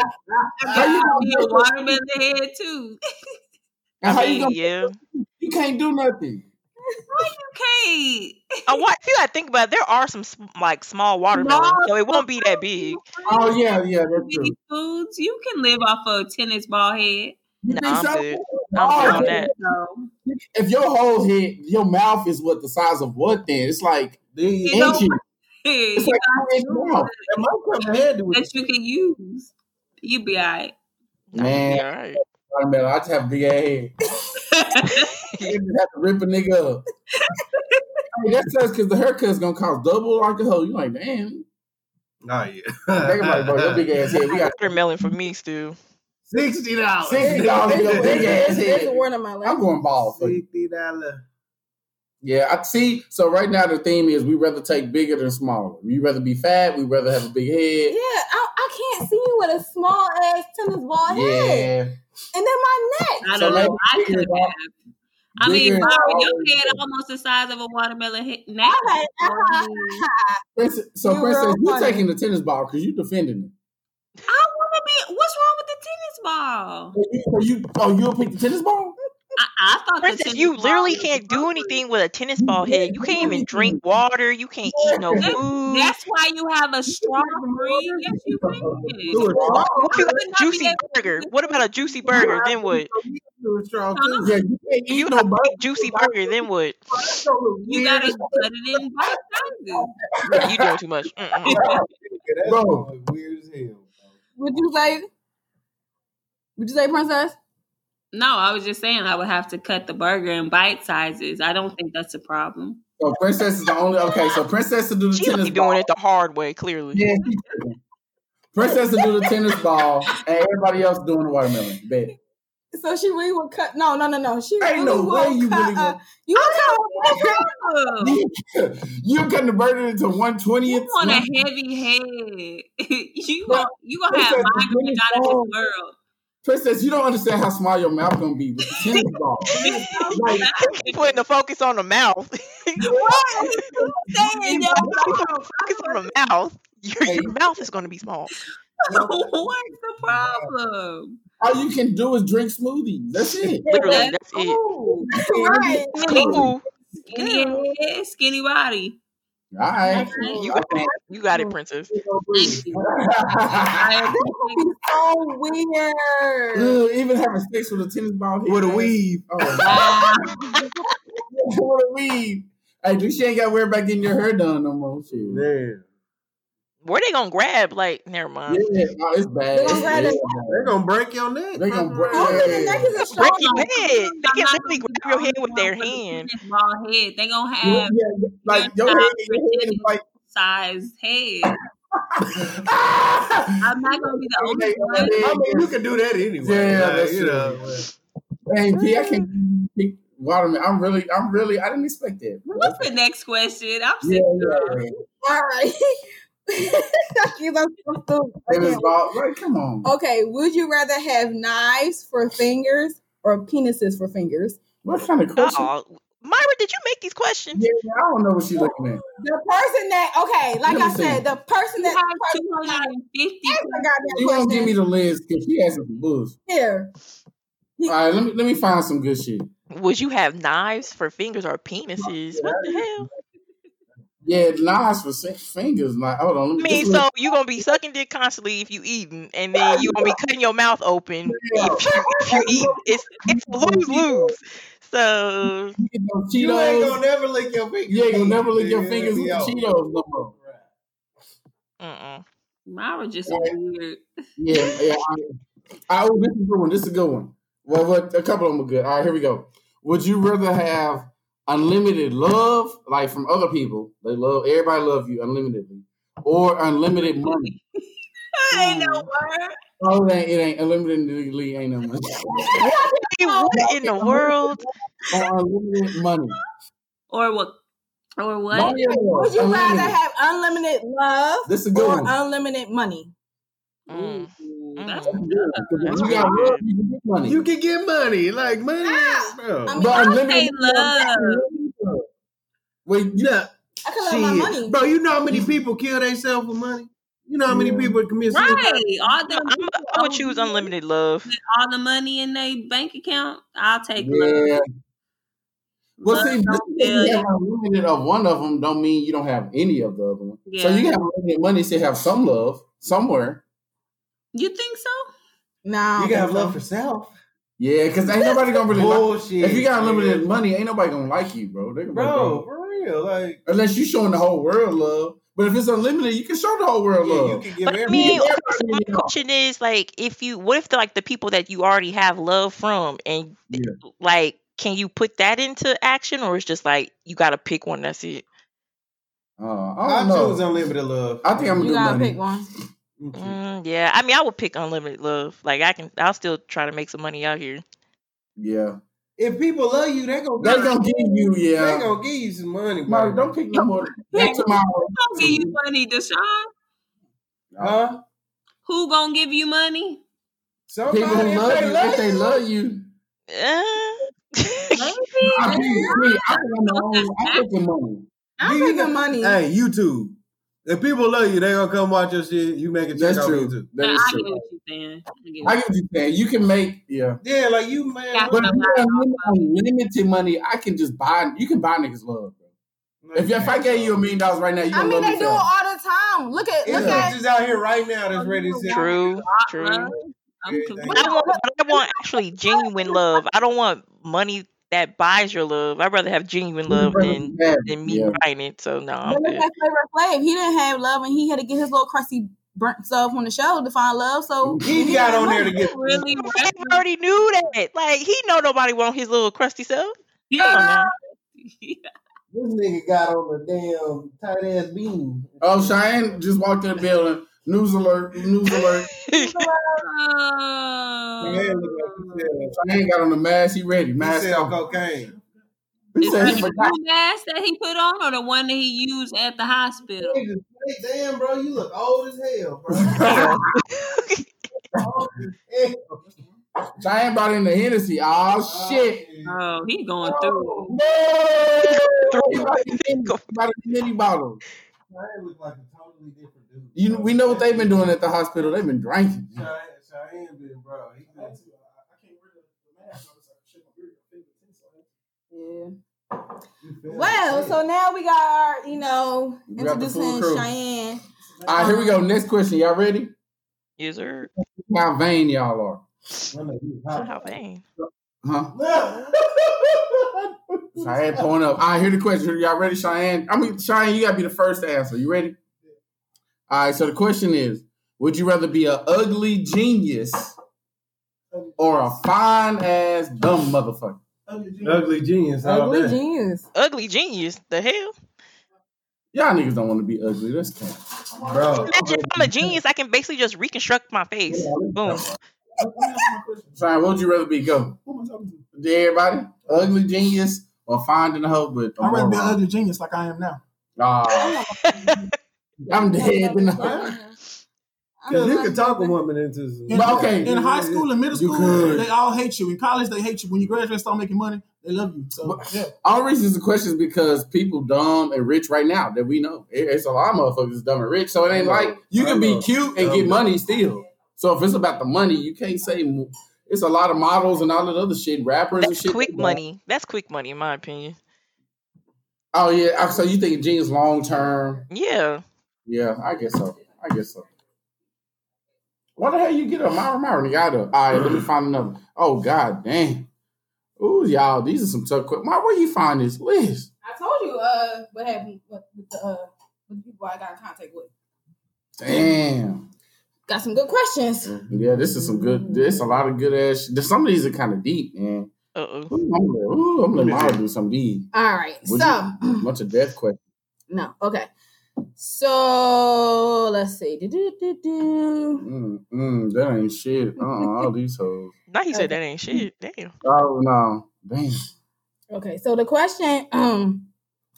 Speaker 4: How
Speaker 2: I
Speaker 4: you
Speaker 2: mean,
Speaker 4: gonna
Speaker 2: be
Speaker 4: do
Speaker 2: a
Speaker 4: it?
Speaker 2: watermelon head too.
Speaker 4: And how
Speaker 5: I
Speaker 4: you
Speaker 5: mean,
Speaker 4: gonna?
Speaker 5: yeah.
Speaker 4: You can't do nothing.
Speaker 2: Okay.
Speaker 5: A wa- if you gotta think about, it, there are some sm- like small watermelons, so it won't be that big.
Speaker 4: Oh yeah, yeah, that's true.
Speaker 2: These foods, you can live off of a tennis ball head.
Speaker 4: You
Speaker 5: Nah,
Speaker 4: think
Speaker 5: I'm
Speaker 4: so?
Speaker 5: good. I'm good on
Speaker 4: yeah.
Speaker 5: that.
Speaker 2: So
Speaker 4: If your whole head, your mouth is what the size of what? Then it's like
Speaker 3: Dude,
Speaker 2: You know-
Speaker 4: inches.
Speaker 2: hey,
Speaker 4: It's
Speaker 2: you
Speaker 4: like
Speaker 2: got
Speaker 4: two inch
Speaker 2: food
Speaker 4: mouth.
Speaker 3: that might come ahead with
Speaker 2: that you can use. You be all right.
Speaker 5: Nah, you
Speaker 4: Man.
Speaker 5: be all right.
Speaker 4: Watermelon. I just have a big ass head. I just have to rip a nigga up. I mean, that sucks because the haircut's gonna cost double like a hoe. You like, damn.
Speaker 3: Nah, yeah.
Speaker 4: Think about it, bro. Your big ass head. We got
Speaker 5: Watermelon for me, Stu.
Speaker 3: Sixty dollars.
Speaker 4: Sixty dollars for your big ass
Speaker 1: There's there's a
Speaker 4: head.
Speaker 1: word in my
Speaker 4: I'm
Speaker 1: life.
Speaker 4: going bald for you.
Speaker 3: Sixty dollars.
Speaker 4: Yeah, I see. So right now the theme is we rather take bigger than smaller. We rather be fat. We rather have a big
Speaker 1: Yeah,
Speaker 4: head.
Speaker 1: I, I can't see you with a small ass tennis ball head,
Speaker 4: Yeah.
Speaker 1: and then my neck.
Speaker 2: I
Speaker 4: So
Speaker 2: don't
Speaker 4: maybe
Speaker 2: know. I
Speaker 4: bigger
Speaker 2: could
Speaker 4: is all-
Speaker 2: have. I mean,
Speaker 4: bigger is
Speaker 2: Byron,
Speaker 4: always
Speaker 2: your head almost the size of a watermelon head. Now,
Speaker 1: I had, I,
Speaker 4: Princess, so
Speaker 1: You
Speaker 4: princess,
Speaker 1: real
Speaker 4: you're
Speaker 1: funny.
Speaker 4: taking the tennis ball because you're defending it.
Speaker 2: I want to be. What's wrong with the tennis ball?
Speaker 4: So you, so you, oh, you'll pick the tennis ball?
Speaker 2: I, I thought the
Speaker 5: Princess,
Speaker 2: tennis
Speaker 5: you
Speaker 2: ball
Speaker 5: literally
Speaker 2: was
Speaker 5: can't do
Speaker 2: appropriate.
Speaker 5: anything with a tennis ball head. You can't even drink water. You can't eat no
Speaker 4: Yeah.
Speaker 5: food.
Speaker 2: That's why you have a straw green. Yes, you
Speaker 5: Mm-hmm.
Speaker 2: can.
Speaker 3: Do a
Speaker 5: What if you
Speaker 2: I
Speaker 5: got
Speaker 2: would
Speaker 5: a
Speaker 2: not be
Speaker 5: juicy
Speaker 2: able to
Speaker 5: burger?
Speaker 2: do
Speaker 5: What about a juicy burger? Then what?
Speaker 3: Do a straw
Speaker 2: Huh?
Speaker 3: too.
Speaker 4: Yeah, you can't
Speaker 5: If Uh-huh. you got
Speaker 4: eat no
Speaker 5: a
Speaker 4: burger.
Speaker 5: big juicy burger, then what?
Speaker 3: That's gonna look
Speaker 2: You
Speaker 3: weird
Speaker 2: gotta
Speaker 3: as
Speaker 2: cut it in bite sizes.
Speaker 5: Nah, you doing too much. Mm-mm.
Speaker 3: hell. That's
Speaker 4: Bro.
Speaker 3: gonna look weird as hell. bro.
Speaker 1: would you say? Would you say, princess?
Speaker 2: No, I was just saying I would have to cut the burger in bite sizes. I don't think that's a problem.
Speaker 4: So princess is the only, okay, so princess to do the
Speaker 5: She
Speaker 4: tennis
Speaker 5: be
Speaker 4: ball.
Speaker 5: doing it the hard way, clearly.
Speaker 4: Yeah, she tripping. Princess to do the tennis ball and everybody else doing the watermelon. Bet.
Speaker 1: So she really would cut. No, no, no, no. She
Speaker 4: Ain't
Speaker 1: really
Speaker 4: no
Speaker 1: would
Speaker 4: way you
Speaker 1: cut
Speaker 4: really
Speaker 1: a-
Speaker 4: would-
Speaker 1: You would cut a-
Speaker 2: Oh,
Speaker 4: You're cutting the burger into one
Speaker 2: you
Speaker 4: twentieth.
Speaker 2: want a heavy head. you
Speaker 4: But-
Speaker 2: want you gonna have
Speaker 4: Princess, the
Speaker 2: migraine
Speaker 4: tennis
Speaker 2: out of
Speaker 4: ball-
Speaker 2: this world.
Speaker 4: Princess, you don't understand how small your mouth gonna be with the tennis ball. Like,
Speaker 5: She putting the focus on the mouth.
Speaker 1: What?
Speaker 2: Saying, yo,
Speaker 5: She putting the focus on the mouth. Your,
Speaker 4: Hey.
Speaker 5: your mouth is going to be small.
Speaker 2: what's the problem?
Speaker 4: all you can do is drink smoothies. That's it.
Speaker 5: Literally, that's
Speaker 1: Oh,
Speaker 5: it.
Speaker 2: Ooh,
Speaker 1: Right.
Speaker 5: Cool.
Speaker 2: skinny head, skinny body.
Speaker 4: All right.
Speaker 5: You got it. You got it, princess.
Speaker 2: Thank you. I appreciate
Speaker 1: It's so weird.
Speaker 4: Ugh, even having sex with a tennis ball
Speaker 3: With a
Speaker 4: man.
Speaker 3: weave.
Speaker 4: Oh,
Speaker 2: Uh, that.
Speaker 4: what a weed. Hey, dude, she ain't got to worry about getting your hair done no more. Shit. Yeah,
Speaker 3: Man.
Speaker 5: Where they gonna grab? Like, never mind.
Speaker 4: oh, it's bad.
Speaker 1: They gonna
Speaker 4: It's
Speaker 1: grab
Speaker 4: real
Speaker 1: it.
Speaker 3: They're gonna break your neck.
Speaker 4: They gonna break-
Speaker 1: Only
Speaker 4: Yeah.
Speaker 1: the neck is a
Speaker 5: Break
Speaker 1: strong
Speaker 5: your
Speaker 1: one.
Speaker 5: head. They can
Speaker 2: I'm not
Speaker 5: literally
Speaker 2: gonna be
Speaker 5: grab your
Speaker 2: the
Speaker 5: head
Speaker 2: only
Speaker 5: with their
Speaker 2: one with a
Speaker 5: hand.
Speaker 2: tennis Ball head. They gonna
Speaker 4: bad.
Speaker 2: have
Speaker 4: Yeah, like, your head, your head is like,
Speaker 2: size head. I'm not gonna be the only one.
Speaker 3: I mean, you can do that anyway.
Speaker 4: Yeah,
Speaker 3: like,
Speaker 4: that's
Speaker 3: you
Speaker 4: true.
Speaker 3: know. but-
Speaker 4: Hey, P, I can't pick watermelon. I'm really, I'm really, I didn't expect that.
Speaker 2: What's the next question? I'm
Speaker 4: Yeah,
Speaker 2: sick.
Speaker 4: yeah, yeah.
Speaker 1: All right. He's a- so stupid.
Speaker 4: Tennis ball. Like, come on.
Speaker 3: Oh.
Speaker 1: Okay. Would you rather have knives for fingers or penises for fingers?
Speaker 4: What kind of question?
Speaker 5: Uh-oh. Uh-uh. Myra, did you make these questions?
Speaker 4: Yeah, I don't know what she's looking at.
Speaker 1: The person that okay, like
Speaker 4: Let me
Speaker 1: I said,
Speaker 4: see.
Speaker 1: the person
Speaker 2: You
Speaker 1: that
Speaker 2: have
Speaker 1: the person that
Speaker 2: 250.
Speaker 1: asked the
Speaker 4: You
Speaker 1: goddamn
Speaker 4: won't give me
Speaker 1: question
Speaker 4: the list because she has some bullshit.
Speaker 1: here.
Speaker 4: All right, let me let me find some good shit.
Speaker 5: Would you have knives for fingers or penises? What the hell?
Speaker 4: Yeah, knives for fi- fingers. Like, hold on. Let
Speaker 5: I
Speaker 4: me,
Speaker 5: mean,
Speaker 4: this
Speaker 5: so you gonna be sucking dick constantly if you eating, and then you gonna be cutting your mouth open if you, if you eat. It's it's lose lose. So
Speaker 4: you get those
Speaker 3: You ain't gonna
Speaker 4: Cheetos.
Speaker 3: never lick your fingers.
Speaker 4: You ain't gonna never lick your
Speaker 3: Yeah,
Speaker 4: fingers with the
Speaker 3: yeah.
Speaker 4: Cheetos no more.
Speaker 5: mm-mm.
Speaker 2: Myra just weird.
Speaker 4: Yeah, yeah. I, I, oh, this is a good one. This is a good one. Well, what a couple of them are good. All right, here we go. Would you rather have unlimited love, like from other people? They love everybody love you unlimitedly, or unlimited money.
Speaker 2: I ain't no
Speaker 5: Ooh.
Speaker 2: word.
Speaker 4: Oh, it ain't, it ain't unlimitedly ain't no money.
Speaker 5: Hey, what in the world?
Speaker 4: or unlimited money.
Speaker 2: Or what? Or what?
Speaker 4: Money or love?
Speaker 1: Would you
Speaker 4: Unlimited.
Speaker 1: rather have unlimited love
Speaker 4: This is a good
Speaker 1: or
Speaker 4: one.
Speaker 1: unlimited money?
Speaker 5: Mm.
Speaker 2: Ooh,
Speaker 5: Mm.
Speaker 2: that's
Speaker 4: That's good. 'Cause if
Speaker 5: That's
Speaker 4: you got
Speaker 5: really
Speaker 4: love,
Speaker 5: good.
Speaker 4: you can get money.
Speaker 3: You can get money. Like money.
Speaker 1: Ah,
Speaker 3: bro.
Speaker 1: I mean,
Speaker 4: but
Speaker 2: say
Speaker 4: unlimited
Speaker 2: love.
Speaker 4: love.
Speaker 3: Well, you know,
Speaker 1: I could love my
Speaker 3: shit.
Speaker 1: money.
Speaker 3: bro, you know how many people kill themselves for money? You know how many
Speaker 4: Yeah.
Speaker 3: people commit suicide?
Speaker 2: Right. All them
Speaker 5: I'm, I would choose unlimited love.
Speaker 2: with all the money in their bank account, I'll take love.
Speaker 4: Yeah. Well,
Speaker 2: Love
Speaker 4: see, just
Speaker 2: don't
Speaker 4: because you
Speaker 2: fail
Speaker 4: have a limited of one of them, don't mean you don't have any of the other one. So
Speaker 2: Yeah.
Speaker 4: you can have limited money, still have some love somewhere.
Speaker 2: You think so?
Speaker 1: Nah,
Speaker 3: You
Speaker 1: I don't
Speaker 3: got
Speaker 1: think
Speaker 3: love
Speaker 1: so.
Speaker 3: for self.
Speaker 4: Yeah, because ain't nobody gonna really. Like,
Speaker 3: Bullshit.
Speaker 4: if you got limited
Speaker 3: man.
Speaker 4: money, ain't nobody gonna like you, bro. They gonna
Speaker 3: bro, for real, like,
Speaker 4: unless you showing the whole world love. But if it's unlimited, you can show the whole
Speaker 3: yeah,
Speaker 4: world love.
Speaker 3: you can give
Speaker 5: But I
Speaker 3: everything.
Speaker 5: mean,
Speaker 4: Yeah,
Speaker 5: so my
Speaker 4: yeah.
Speaker 5: question is like, if you, what if the, like the people that you already have love from, and
Speaker 4: Yeah.
Speaker 5: like, can you put that into action, or it's just like you got to pick one? That's it.
Speaker 4: Uh, I
Speaker 3: I
Speaker 4: don't know.
Speaker 3: choose unlimited love.
Speaker 4: I think I'm gonna
Speaker 1: You
Speaker 4: do
Speaker 1: gotta
Speaker 4: money.
Speaker 1: pick one.
Speaker 5: Mm, yeah, I mean, I would pick unlimited love. Like, I can, I'll still try to make some money out here.
Speaker 4: Yeah,
Speaker 3: If people love you, they gonna
Speaker 4: they gonna give you.
Speaker 3: they
Speaker 4: Yeah,
Speaker 3: gonna give you some money, bro.
Speaker 4: Mark, don't pick no more. That's tomorrow.
Speaker 2: Who gonna give you money, Deshaun?
Speaker 3: huh?
Speaker 2: Who gonna give you money?
Speaker 3: Somebody
Speaker 4: People who
Speaker 3: if
Speaker 4: love
Speaker 3: they
Speaker 4: you, if they love you,
Speaker 5: Uh,
Speaker 2: Maybe.
Speaker 4: I
Speaker 2: maybe.
Speaker 4: think me, I think I'm the only. I'm picking money.
Speaker 1: I'm
Speaker 3: Do you
Speaker 1: picking
Speaker 3: know-
Speaker 1: money.
Speaker 3: Hey, YouTube. If people love you, they gonna come watch your shit. You make a check
Speaker 4: That's
Speaker 3: off
Speaker 4: true.
Speaker 3: YouTube.
Speaker 4: That is
Speaker 2: I get
Speaker 4: true.
Speaker 2: what you're saying. I get
Speaker 4: I
Speaker 2: what
Speaker 4: get what you're saying. You can make. Yeah.
Speaker 3: Yeah, like you, man.
Speaker 2: Yeah.
Speaker 3: look,
Speaker 4: But if you have lim- unlimited money, I can just buy. You can buy niggas love. Bro.
Speaker 3: like,
Speaker 4: If if I gave you a million dollars right now, you
Speaker 1: I
Speaker 4: gonna
Speaker 1: mean,
Speaker 4: love
Speaker 1: they
Speaker 4: me
Speaker 1: do it
Speaker 4: forever.
Speaker 1: all the time. Look at,
Speaker 3: it's
Speaker 1: look at. Oh,
Speaker 3: bitches out here right now that's ready to say,
Speaker 5: true,
Speaker 2: you're
Speaker 5: true.
Speaker 2: saying. I'm
Speaker 3: Yeah,
Speaker 2: confused.
Speaker 3: thank
Speaker 5: I want, but I want actually genuine love. I don't want money that buys your love. I'd rather have genuine love than
Speaker 4: Yeah.
Speaker 5: than me
Speaker 4: Yeah.
Speaker 5: buying it. So no, I'm
Speaker 1: But look
Speaker 5: good.
Speaker 1: at Flavor Flav. He didn't have love, and he had to get his little crusty burnt self on the show to find love. So
Speaker 3: He got on there to
Speaker 2: You
Speaker 3: get
Speaker 2: really
Speaker 5: Flav already knew that. Like he know nobody want his little crusty self. Come on
Speaker 2: yeah.
Speaker 5: now.
Speaker 3: this nigga got on the damn tight ass beam.
Speaker 4: Oh, Cheyenne just walked in the building. News alert! News alert!
Speaker 3: Man, look
Speaker 2: Oh.
Speaker 3: like he
Speaker 4: Cheyenne got on the mask. He ready.
Speaker 3: sell, he
Speaker 4: Mask
Speaker 3: sell
Speaker 4: out.
Speaker 3: cocaine.
Speaker 4: He
Speaker 2: Is
Speaker 4: said
Speaker 2: that
Speaker 4: he
Speaker 2: the
Speaker 4: forgot.
Speaker 2: new mask that he put on or the one that he used at the hospital?
Speaker 3: Niggas, hey, Damn, bro, you look old as hell, bro.
Speaker 5: Yeah.
Speaker 3: Old as hell.
Speaker 4: Cheyenne brought in the Hennessy. Oh
Speaker 3: Oh,
Speaker 4: shit!
Speaker 2: Oh, he going
Speaker 4: Oh,
Speaker 2: through.
Speaker 4: no! He brought in the Hennessy- brought in the Henny bottle.
Speaker 3: Cheyenne look like a totally different dude.
Speaker 4: You,
Speaker 3: bro.
Speaker 4: we know what they've been doing at the hospital. They've been drinking.
Speaker 3: Cheyenne, Cheyenne been, bro. He been,
Speaker 1: yeah.
Speaker 3: you feel
Speaker 1: Well,
Speaker 3: it.
Speaker 1: so now we got our, you know,
Speaker 4: We got the full
Speaker 1: introducing
Speaker 4: crew.
Speaker 1: Cheyenne.
Speaker 4: All right, here we go. Next question. Y'all ready?
Speaker 5: yes, sir.
Speaker 4: How vain y'all are?
Speaker 3: I know you
Speaker 5: So
Speaker 3: hot.
Speaker 5: how vain.
Speaker 4: Huh?
Speaker 3: No.
Speaker 4: Cheyenne pulling up. All right, here the question. Y'all ready, Cheyenne? I mean, Cheyenne, you gotta be the first to answer. You ready? All right. So the question is: Would you rather be a ugly genius or a fine ass dumb motherfucker?
Speaker 3: Ugly genius. all
Speaker 1: Ugly
Speaker 3: day.
Speaker 1: genius.
Speaker 5: Ugly genius. The hell?
Speaker 4: Y'all niggas don't want to be ugly. That's kind
Speaker 3: Bro.
Speaker 5: Imagine if I'm a genius, I can basically just reconstruct my face. Boom.
Speaker 4: Cheyenne, what would you rather be? Go. Yeah, everybody. Ugly genius or fine in the hoe, but
Speaker 6: I'd rather be an
Speaker 4: moron.
Speaker 6: ugly genius like I am now.
Speaker 4: Aw, Ah. I'm dead in the hoe.
Speaker 1: I'm
Speaker 3: Because you
Speaker 1: not-
Speaker 3: can talk a woman into some.
Speaker 6: In,
Speaker 4: But okay.
Speaker 6: in high school and middle
Speaker 4: You
Speaker 6: school,
Speaker 4: could.
Speaker 6: they all hate you. In college, they hate you. When you graduate and start making money, they love you. So
Speaker 4: But-
Speaker 6: yeah.
Speaker 4: All reasons the question is because people dumb and rich right now that we know. It- It's a lot of motherfuckers dumb and rich. So it ain't like you can be cute and get money still. So if it's about the money, you can't say mo- it's a lot of models and all that other shit, rappers and
Speaker 5: That's
Speaker 4: shit.
Speaker 5: quick money. That's quick money in my opinion.
Speaker 4: Oh yeah. I- So you think Gene's long term?
Speaker 5: Yeah.
Speaker 4: Yeah, I guess so. I guess so. What the hell you get up? My remember got up. All right, let me find another. Oh god damn. Ooh, y'all, these are some tough questions. Where you find this list?
Speaker 1: I told you uh what happened with with the uh with the people I got in contact with.
Speaker 4: Damn.
Speaker 1: Got some good questions.
Speaker 4: Mm-hmm. Yeah, this is some good. There's a lot of good ass. sh- Some of these are kind of deep, man.
Speaker 5: Uh oh.
Speaker 4: Ooh, I'm gonna, ooh, I'm gonna Mara do some of these.
Speaker 1: All right.
Speaker 4: Would
Speaker 1: so
Speaker 4: you- mm, bunch of death questions.
Speaker 1: no, okay. So let's see. Do-do-do-do.
Speaker 4: Mm, mm, that ain't shit. Uh, uh all these hoes.
Speaker 5: Now he said that ain't shit. Damn.
Speaker 4: Oh no, damn.
Speaker 1: Okay, so the question, um,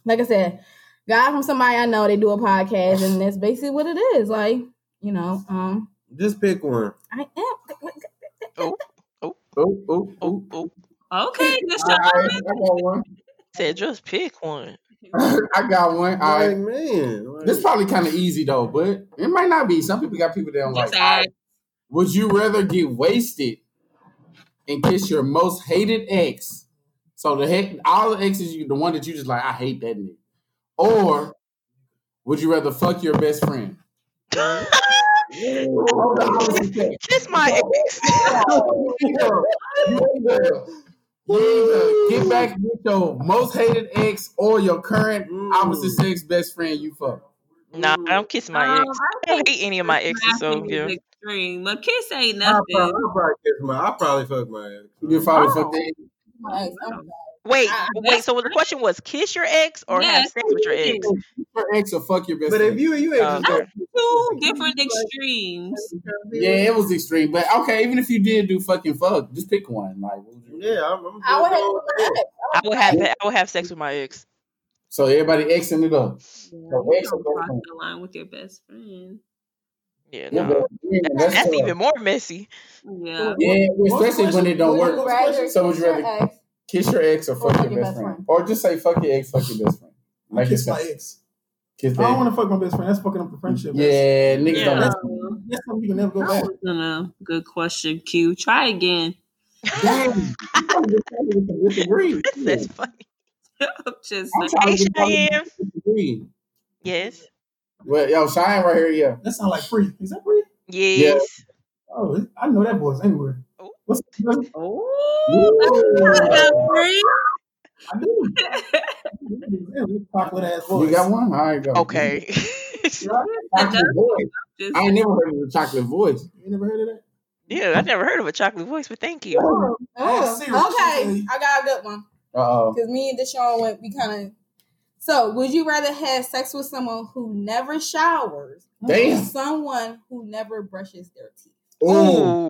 Speaker 1: like I said, guy from somebody I know, they do a podcast, and that's basically what it is. Like, you know, um,
Speaker 3: Just pick one.
Speaker 1: I am
Speaker 4: Oh, oh,
Speaker 5: Oh
Speaker 4: oh.
Speaker 5: oh.
Speaker 2: Okay,
Speaker 4: All
Speaker 2: Deshaun.
Speaker 4: right, I got one.
Speaker 5: Said just pick one.
Speaker 4: I got one. All
Speaker 3: Like,
Speaker 4: right.
Speaker 3: man, like,
Speaker 4: This probably kind of easy though, but it might not be. Some people got people that don't
Speaker 2: Just
Speaker 4: like.
Speaker 2: ask.
Speaker 4: Would you rather get wasted and kiss your most hated ex? So the heck, all the exes, you the one that you just like, I hate that nigga. Or would you rather fuck your best friend? Hold on, hold on Oh, a second.
Speaker 5: Kiss my ex.
Speaker 4: You either- you either get back with your most hated ex or your current
Speaker 3: Mm.
Speaker 4: opposite sex best friend you fuck.
Speaker 5: nah, I don't kiss my
Speaker 2: Um,
Speaker 5: ex.
Speaker 2: I
Speaker 5: I don't
Speaker 2: think
Speaker 5: hate any of my exes, so
Speaker 2: laughing
Speaker 5: yeah.
Speaker 2: is extreme, but kiss ain't
Speaker 3: I
Speaker 2: nothing.
Speaker 3: probably, I probably kiss my, I probably fuck my ex.
Speaker 4: You probably
Speaker 5: Oh,
Speaker 4: fuck that.
Speaker 1: My ex, I'm
Speaker 5: Wait,
Speaker 1: Ah,
Speaker 5: wait. So the question was, kiss your ex or have
Speaker 2: Yes,
Speaker 5: sex with your
Speaker 2: kiss.
Speaker 5: ex? Uh,
Speaker 4: Your ex or fuck your best
Speaker 3: But
Speaker 4: friend.
Speaker 3: if you, you ain't just
Speaker 5: Okay.
Speaker 3: gonna
Speaker 2: Two different extremes.
Speaker 4: Yeah, it was extreme. But okay, even if you did do fucking fuck, just pick one. Like, what would you-
Speaker 3: Yeah, I'm. I'm
Speaker 1: I would have
Speaker 3: going
Speaker 1: my ex.
Speaker 5: I would have I would have sex with my ex.
Speaker 4: so everybody Xing it up.
Speaker 2: Yeah,
Speaker 4: So
Speaker 2: you
Speaker 4: ex or best
Speaker 2: don't cross
Speaker 4: friend.
Speaker 2: the line with your best friend.
Speaker 5: Yeah,
Speaker 4: Yeah,
Speaker 5: no.
Speaker 4: but- yeah,
Speaker 5: That's,
Speaker 4: that's
Speaker 5: that's
Speaker 4: tough.
Speaker 5: even more messy.
Speaker 2: Yeah.
Speaker 4: Yeah, especially when it don't
Speaker 1: Would you
Speaker 4: work.
Speaker 1: rather
Speaker 4: So would you
Speaker 1: kiss your
Speaker 4: rather
Speaker 1: ex?
Speaker 4: kiss your ex or fuck your best friend, or just say fuck your ex, fuck your best friend? Like you
Speaker 6: kiss my
Speaker 4: said,
Speaker 6: ex.
Speaker 4: kiss
Speaker 6: I don't
Speaker 4: that.
Speaker 6: want to fuck my best friend. That's fucking up the friendship. That's,
Speaker 4: Yeah, niggas
Speaker 5: Yeah.
Speaker 4: don't.
Speaker 2: Uh,
Speaker 4: Mess.
Speaker 6: that's something you can never go
Speaker 2: that
Speaker 6: back.
Speaker 2: wasn't a good question, Q. Try again.
Speaker 4: Damn, you gotta get somebody that can disagree.
Speaker 5: That's funny.
Speaker 2: I'm just
Speaker 4: I'm
Speaker 2: like,
Speaker 4: trying
Speaker 5: Hey,
Speaker 4: to get somebody
Speaker 5: Cheyenne.
Speaker 4: that can disagree.
Speaker 5: Yes.
Speaker 4: Well, yo, Cheyenne right here, yeah.
Speaker 6: That sounds like free. Is that free?
Speaker 5: Yes.
Speaker 6: Oh, it- I know that voice anywhere.
Speaker 5: Oh.
Speaker 6: What's up?
Speaker 2: oh, that's not free.
Speaker 6: I do. Anyway, Chocolate ass voice.
Speaker 4: You got one? All right, go.
Speaker 5: Okay.
Speaker 4: Chocolate voice.
Speaker 2: Just,
Speaker 4: I ain't never heard of the chocolate voice.
Speaker 6: You never heard of that?
Speaker 5: yeah, I never heard of a chocolate voice, but thank you.
Speaker 1: Oh,
Speaker 6: serious,
Speaker 1: okay,
Speaker 6: seriously.
Speaker 1: I got a good one.
Speaker 4: Uh oh.
Speaker 1: Because me and Deshaun went, we kind of. So, would you rather have sex with someone who never showers or
Speaker 4: Damn.
Speaker 1: someone who never brushes their teeth?
Speaker 4: Ooh.
Speaker 5: Ooh.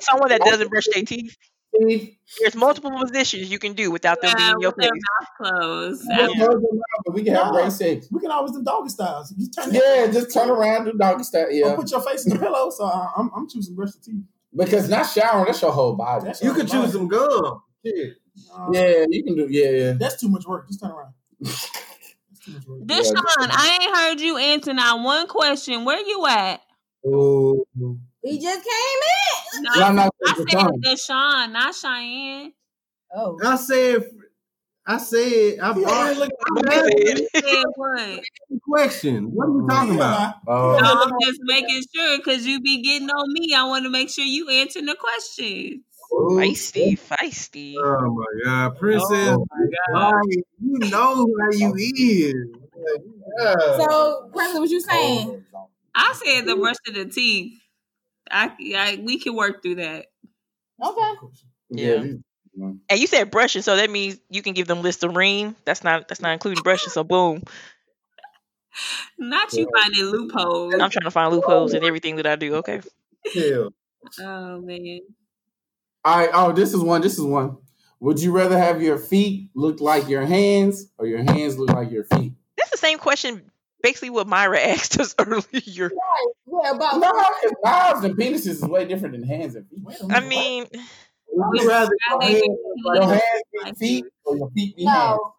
Speaker 5: Someone that doesn't brush their teeth.
Speaker 4: See?
Speaker 5: There's multiple positions you can do without them being
Speaker 2: yeah,
Speaker 5: in your
Speaker 2: with their
Speaker 5: face.
Speaker 2: mouth closed.
Speaker 4: Just
Speaker 5: Yeah.
Speaker 4: close your mouth, but we can have great sex.
Speaker 6: We can always do doggy styles. You turn it-
Speaker 4: Yeah, just turn around, do doggy style.
Speaker 6: Or
Speaker 4: Yeah.
Speaker 6: put your face in the pillow. So I, I'm, I'm choosing brush the teeth.
Speaker 4: Because not showering, that's your whole body.
Speaker 6: That's
Speaker 3: You
Speaker 6: all
Speaker 3: could
Speaker 6: about
Speaker 3: choose
Speaker 6: it.
Speaker 3: some gum. Shit.
Speaker 6: Uh,
Speaker 4: Yeah, you can do. Yeah, yeah.
Speaker 6: That's too much work. Just turn around. That's too much work.
Speaker 2: Deshaun, I ain't heard you answer not one question. Where you at?
Speaker 4: Ooh. No,
Speaker 1: We just came in.
Speaker 2: No,
Speaker 4: no,
Speaker 2: I
Speaker 4: it's the
Speaker 2: said
Speaker 4: tongue.
Speaker 2: Deshaun, not Cheyenne.
Speaker 1: Oh,
Speaker 3: I said, I said, I
Speaker 6: You
Speaker 3: bought
Speaker 6: ain't looking-
Speaker 2: Said what?
Speaker 3: the question. What are you talking
Speaker 6: you
Speaker 3: about?
Speaker 6: lie.
Speaker 4: Uh,
Speaker 2: No, I'm just making sure because you be getting on me. I want to make sure you answer the questions.
Speaker 4: ooh,
Speaker 5: Feisty, feisty.
Speaker 3: Oh my God, Princess!
Speaker 4: Oh,
Speaker 3: Why you know who you is? Like, yeah.
Speaker 1: so Presley, what you saying?
Speaker 2: I said the brush of the teeth. I, I we can work through that.
Speaker 1: Okay,
Speaker 4: Yeah.
Speaker 5: Yeah.
Speaker 4: these-
Speaker 5: And you said brushing, so that means you can give them Listerine. That's not that's not including brushing. So boom,
Speaker 2: Not you finding loopholes.
Speaker 5: I'm trying to find loopholes in everything that I do. Okay.
Speaker 3: Hell.
Speaker 2: Oh man.
Speaker 4: All right. Oh, this is one. This is one. Would you rather have your feet look like your hands or your hands look like your feet?
Speaker 5: That's the same question basically what Myra asked us earlier.
Speaker 1: yeah, about
Speaker 4: No, because knives and penises is way different than hands and feet.
Speaker 6: Wait a
Speaker 5: I
Speaker 6: minute.
Speaker 5: mean,
Speaker 4: Would you rather
Speaker 3: Oh,
Speaker 4: your
Speaker 2: Rather you
Speaker 4: hands,
Speaker 2: look
Speaker 4: your hands be
Speaker 2: like
Speaker 4: feet or your feet be hands?
Speaker 1: no.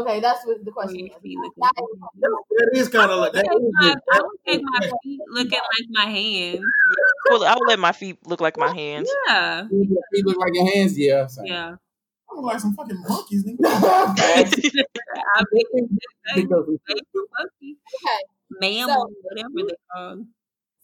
Speaker 1: Okay, that's what the
Speaker 2: or
Speaker 1: question
Speaker 2: your
Speaker 1: is.
Speaker 2: feet looking
Speaker 1: Not-
Speaker 2: like
Speaker 3: That, that is kind of like
Speaker 2: I
Speaker 3: that.
Speaker 2: would
Speaker 3: Is
Speaker 2: take
Speaker 3: the,
Speaker 2: my- I would take my feet looking like my hands.
Speaker 5: well, I'll let my feet look like my hands.
Speaker 2: Yeah.
Speaker 4: Your feet look like your hands. Yeah. same.
Speaker 2: Yeah.
Speaker 6: I look like some fucking monkeys. Nigga.
Speaker 4: Facts.
Speaker 2: I mean, they
Speaker 4: Because
Speaker 2: were monkey.
Speaker 1: Okay.
Speaker 2: Mammal, whatever they call.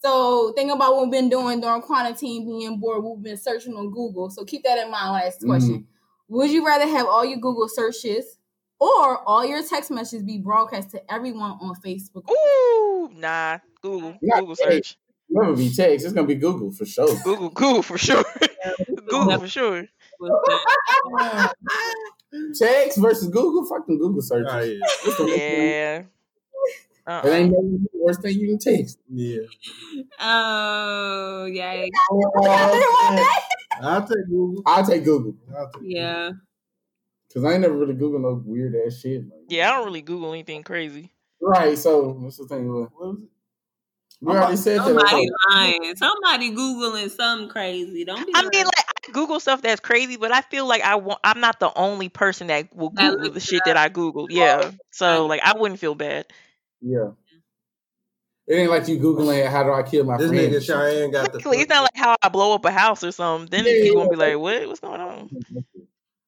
Speaker 1: So think about what we've been doing during quarantine, being bored. We've been searching on Google. So keep that in mind when I ask the question. Would you rather have all your Google searches or all your text messages be broadcast to everyone on Facebook?
Speaker 5: Ooh, nah. Google, Google search,
Speaker 4: never be text. It's gonna be Google for sure.
Speaker 5: Google, Google for sure, Google for sure.
Speaker 6: Yeah.
Speaker 4: text versus Google. Fucking Google search.
Speaker 3: oh, yeah.
Speaker 5: Yeah.
Speaker 4: It ain't
Speaker 5: Uh-uh.
Speaker 4: no worse thing you can text.
Speaker 3: yeah.
Speaker 2: Oh yeah,
Speaker 3: I'll take Google.
Speaker 4: I'll take Google
Speaker 3: I'll take
Speaker 2: yeah.
Speaker 4: because I ain't never really Googled no weird ass shit. Like,
Speaker 5: Yeah, I don't really Google anything crazy.
Speaker 4: Right. So what's the thing? What was it? We already said that.
Speaker 2: Somebody
Speaker 4: okay.
Speaker 2: lying. Somebody googling something crazy. Don't be.
Speaker 5: I mean,
Speaker 2: lying.
Speaker 5: like Google stuff that's crazy, but I feel like I want, I'm not the only person that will
Speaker 2: That
Speaker 5: Google the
Speaker 2: looks it
Speaker 5: shit that I Googled. Yeah. So like I wouldn't feel bad.
Speaker 4: Yeah. It ain't like you googling how do I kill my
Speaker 3: This
Speaker 4: friend.
Speaker 3: nigga Cheyenne got the.
Speaker 5: Exactly. It's not like how I blow up a house or something. Then
Speaker 4: Yeah,
Speaker 5: people
Speaker 4: yeah,
Speaker 5: gonna be like, "What? What's going on?"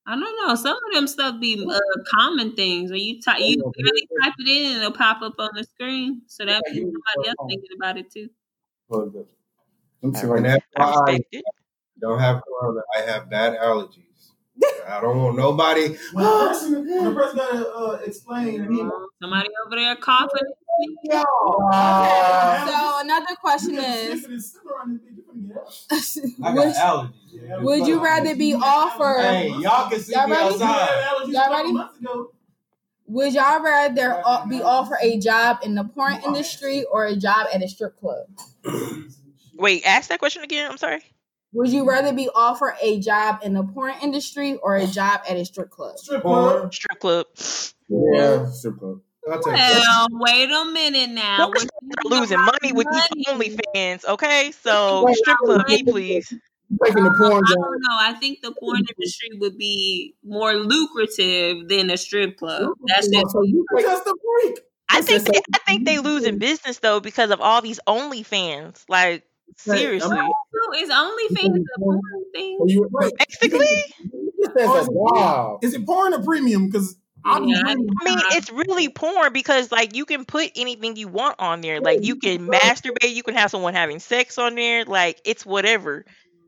Speaker 2: I don't know. Some of them stuff be uh, common things when you type, you barely type it in and it'll pop up on the screen. So that means somebody else thinking about it too.
Speaker 4: I'm
Speaker 3: and
Speaker 4: sorry.
Speaker 3: that's
Speaker 5: I
Speaker 3: why I
Speaker 5: respect it.
Speaker 3: don't have corona. I have bad allergies. I don't want nobody.
Speaker 6: When the person, when the person gotta uh, explain, and he,
Speaker 2: Somebody over there coughing.
Speaker 4: Um,
Speaker 1: So another
Speaker 6: you
Speaker 1: question
Speaker 6: get to
Speaker 1: is,
Speaker 6: sniffing and sniffing around this bitch, you finna get out.
Speaker 7: allergies.
Speaker 1: would,
Speaker 6: yeah.
Speaker 1: would you rather be offered?
Speaker 7: Hey, y'all can see
Speaker 1: Y'all
Speaker 7: me
Speaker 1: ready?
Speaker 6: You had
Speaker 7: outside.
Speaker 6: allergies a
Speaker 1: Y'all
Speaker 6: couple
Speaker 1: ready?
Speaker 6: months ago.
Speaker 1: Would y'all rather o- be offered a job in the porn industry or a job at a strip club?
Speaker 5: Wait, ask that question again. I'm sorry.
Speaker 1: Would you rather be offered a job in the porn industry or a job at a strip club?
Speaker 6: Strip
Speaker 3: Porn.
Speaker 6: club.
Speaker 5: Strip club.
Speaker 4: Yeah, super.
Speaker 3: I'll take that.
Speaker 2: Well, wait a minute now.
Speaker 5: Women are losing money with these OnlyFans. Okay, so
Speaker 4: Wait,
Speaker 5: strip
Speaker 2: wait,
Speaker 5: club me,
Speaker 2: wait.
Speaker 5: please.
Speaker 4: Taking the porn
Speaker 2: I
Speaker 4: job.
Speaker 2: don't know. I think the porn industry would be more lucrative than a strip club. That's just
Speaker 4: So you
Speaker 6: You just a freak.
Speaker 5: I
Speaker 4: That's
Speaker 5: think
Speaker 4: just
Speaker 5: they,
Speaker 4: so-
Speaker 5: I think they losing business though because of all these OnlyFans. Like seriously,
Speaker 2: Is OnlyFans a porn thing?
Speaker 4: so you-
Speaker 6: Wait,
Speaker 5: basically,
Speaker 4: This is a
Speaker 3: Oh,
Speaker 4: wow.
Speaker 6: is it porn or premium? Because I do
Speaker 2: Yeah, I-
Speaker 6: premium.
Speaker 5: I mean, it's really porn because like you can put anything you want on there. Like you can masturbate, you can have someone having sex on there. Like it's whatever.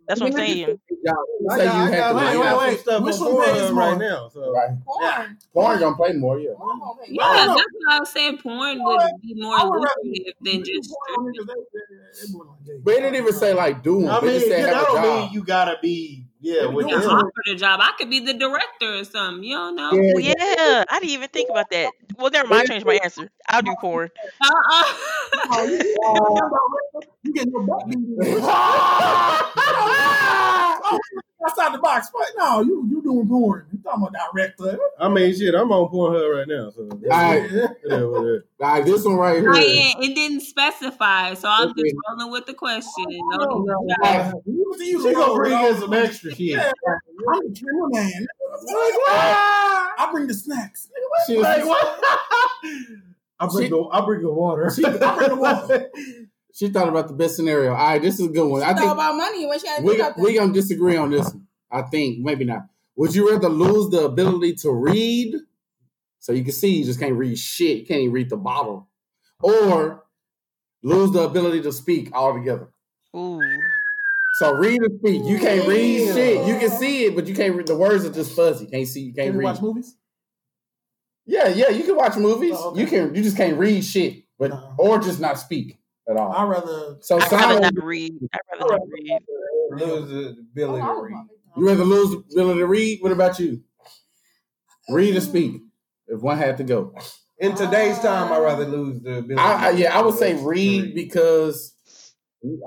Speaker 5: That's what I'm saying.
Speaker 4: You
Speaker 3: I
Speaker 4: say
Speaker 3: got, Oh, I
Speaker 4: you
Speaker 3: got,
Speaker 4: had
Speaker 6: wait,
Speaker 3: I
Speaker 4: to
Speaker 6: wait,
Speaker 3: got
Speaker 6: wait.
Speaker 3: some stuff
Speaker 6: Which
Speaker 3: on
Speaker 6: one pays
Speaker 3: Pornhub
Speaker 6: more?
Speaker 3: right now. So
Speaker 4: Right.
Speaker 1: Porn.
Speaker 4: Porn gonna play more, yeah.
Speaker 1: Porn gonna pay
Speaker 6: I
Speaker 2: Yeah,
Speaker 6: don't
Speaker 1: more.
Speaker 6: know.
Speaker 2: that's why I said porn would be more
Speaker 6: I would rather-
Speaker 2: lucrative than just
Speaker 6: Porn,
Speaker 2: stripping.
Speaker 6: niggas, they- they- they more like gay.
Speaker 4: But it didn't even say like do them.
Speaker 3: I mean,
Speaker 4: it just
Speaker 3: you-
Speaker 4: said
Speaker 3: that
Speaker 4: have a
Speaker 3: don't
Speaker 4: job.
Speaker 3: mean you gotta be yeah
Speaker 6: Maybe
Speaker 3: with
Speaker 6: do
Speaker 2: Yeah,
Speaker 6: it
Speaker 3: them.
Speaker 6: for-
Speaker 2: offer the job. I could be the director or something. You don't know.
Speaker 5: Well, Oh, yeah, I didn't even think about that. Well, never mind. I changed my answer. I'll do porn.
Speaker 2: Uh, Uh-uh.
Speaker 6: Oh, You get your butt beat.
Speaker 4: Yeah.
Speaker 6: Oh, outside the box. But no, you you doing porn. You talking about director?
Speaker 3: I mean, shit, I'm on Pornhub right now. So that's
Speaker 4: Alright.
Speaker 3: it. Yeah, what it is.
Speaker 4: Like this one right here.
Speaker 2: Ryan, it didn't specify, so I'm just
Speaker 4: Okay.
Speaker 2: rolling with the question.
Speaker 6: No, no,
Speaker 4: Like,
Speaker 6: You to you.
Speaker 3: She gonna bring in
Speaker 6: us
Speaker 3: some extra shit.
Speaker 6: Yeah, I'm the cameraman. I bring the snacks.
Speaker 4: she was-
Speaker 3: Like what? I bring
Speaker 4: She-
Speaker 3: the I bring the water.
Speaker 4: She-
Speaker 3: I bring the water.
Speaker 4: She thought about the best scenario. All right, this is a good one. I
Speaker 1: It's all
Speaker 4: think
Speaker 1: about money when she had to do
Speaker 4: we're
Speaker 1: something.
Speaker 4: we gonna disagree on this one. I think maybe not. Would you rather lose the ability to read, so you can see you just can't read shit, you can't even read the bottle, or lose the ability to speak altogether?
Speaker 5: Ooh.
Speaker 4: So read and speak. You can't read
Speaker 3: Yeah.
Speaker 4: shit. You can see it, but you can't read. The words are just fuzzy. Can't see. You can't
Speaker 6: Can we
Speaker 4: read.
Speaker 6: watch movies?
Speaker 4: Yeah, yeah. You can watch movies.
Speaker 6: Oh, okay.
Speaker 4: You can. You just can't read shit, but
Speaker 6: Uh-uh.
Speaker 4: or just not speak at all.
Speaker 6: I'd rather.
Speaker 4: So
Speaker 5: I'd rather
Speaker 4: Simon,
Speaker 5: not read. I'd rather not read.
Speaker 3: Lose the ability to read.
Speaker 4: you rather lose the ability to read? What about you? Read or speak? If one had to go,
Speaker 3: In today's time, I'd rather lose the ability.
Speaker 4: I, I yeah, I would say
Speaker 3: to
Speaker 4: read because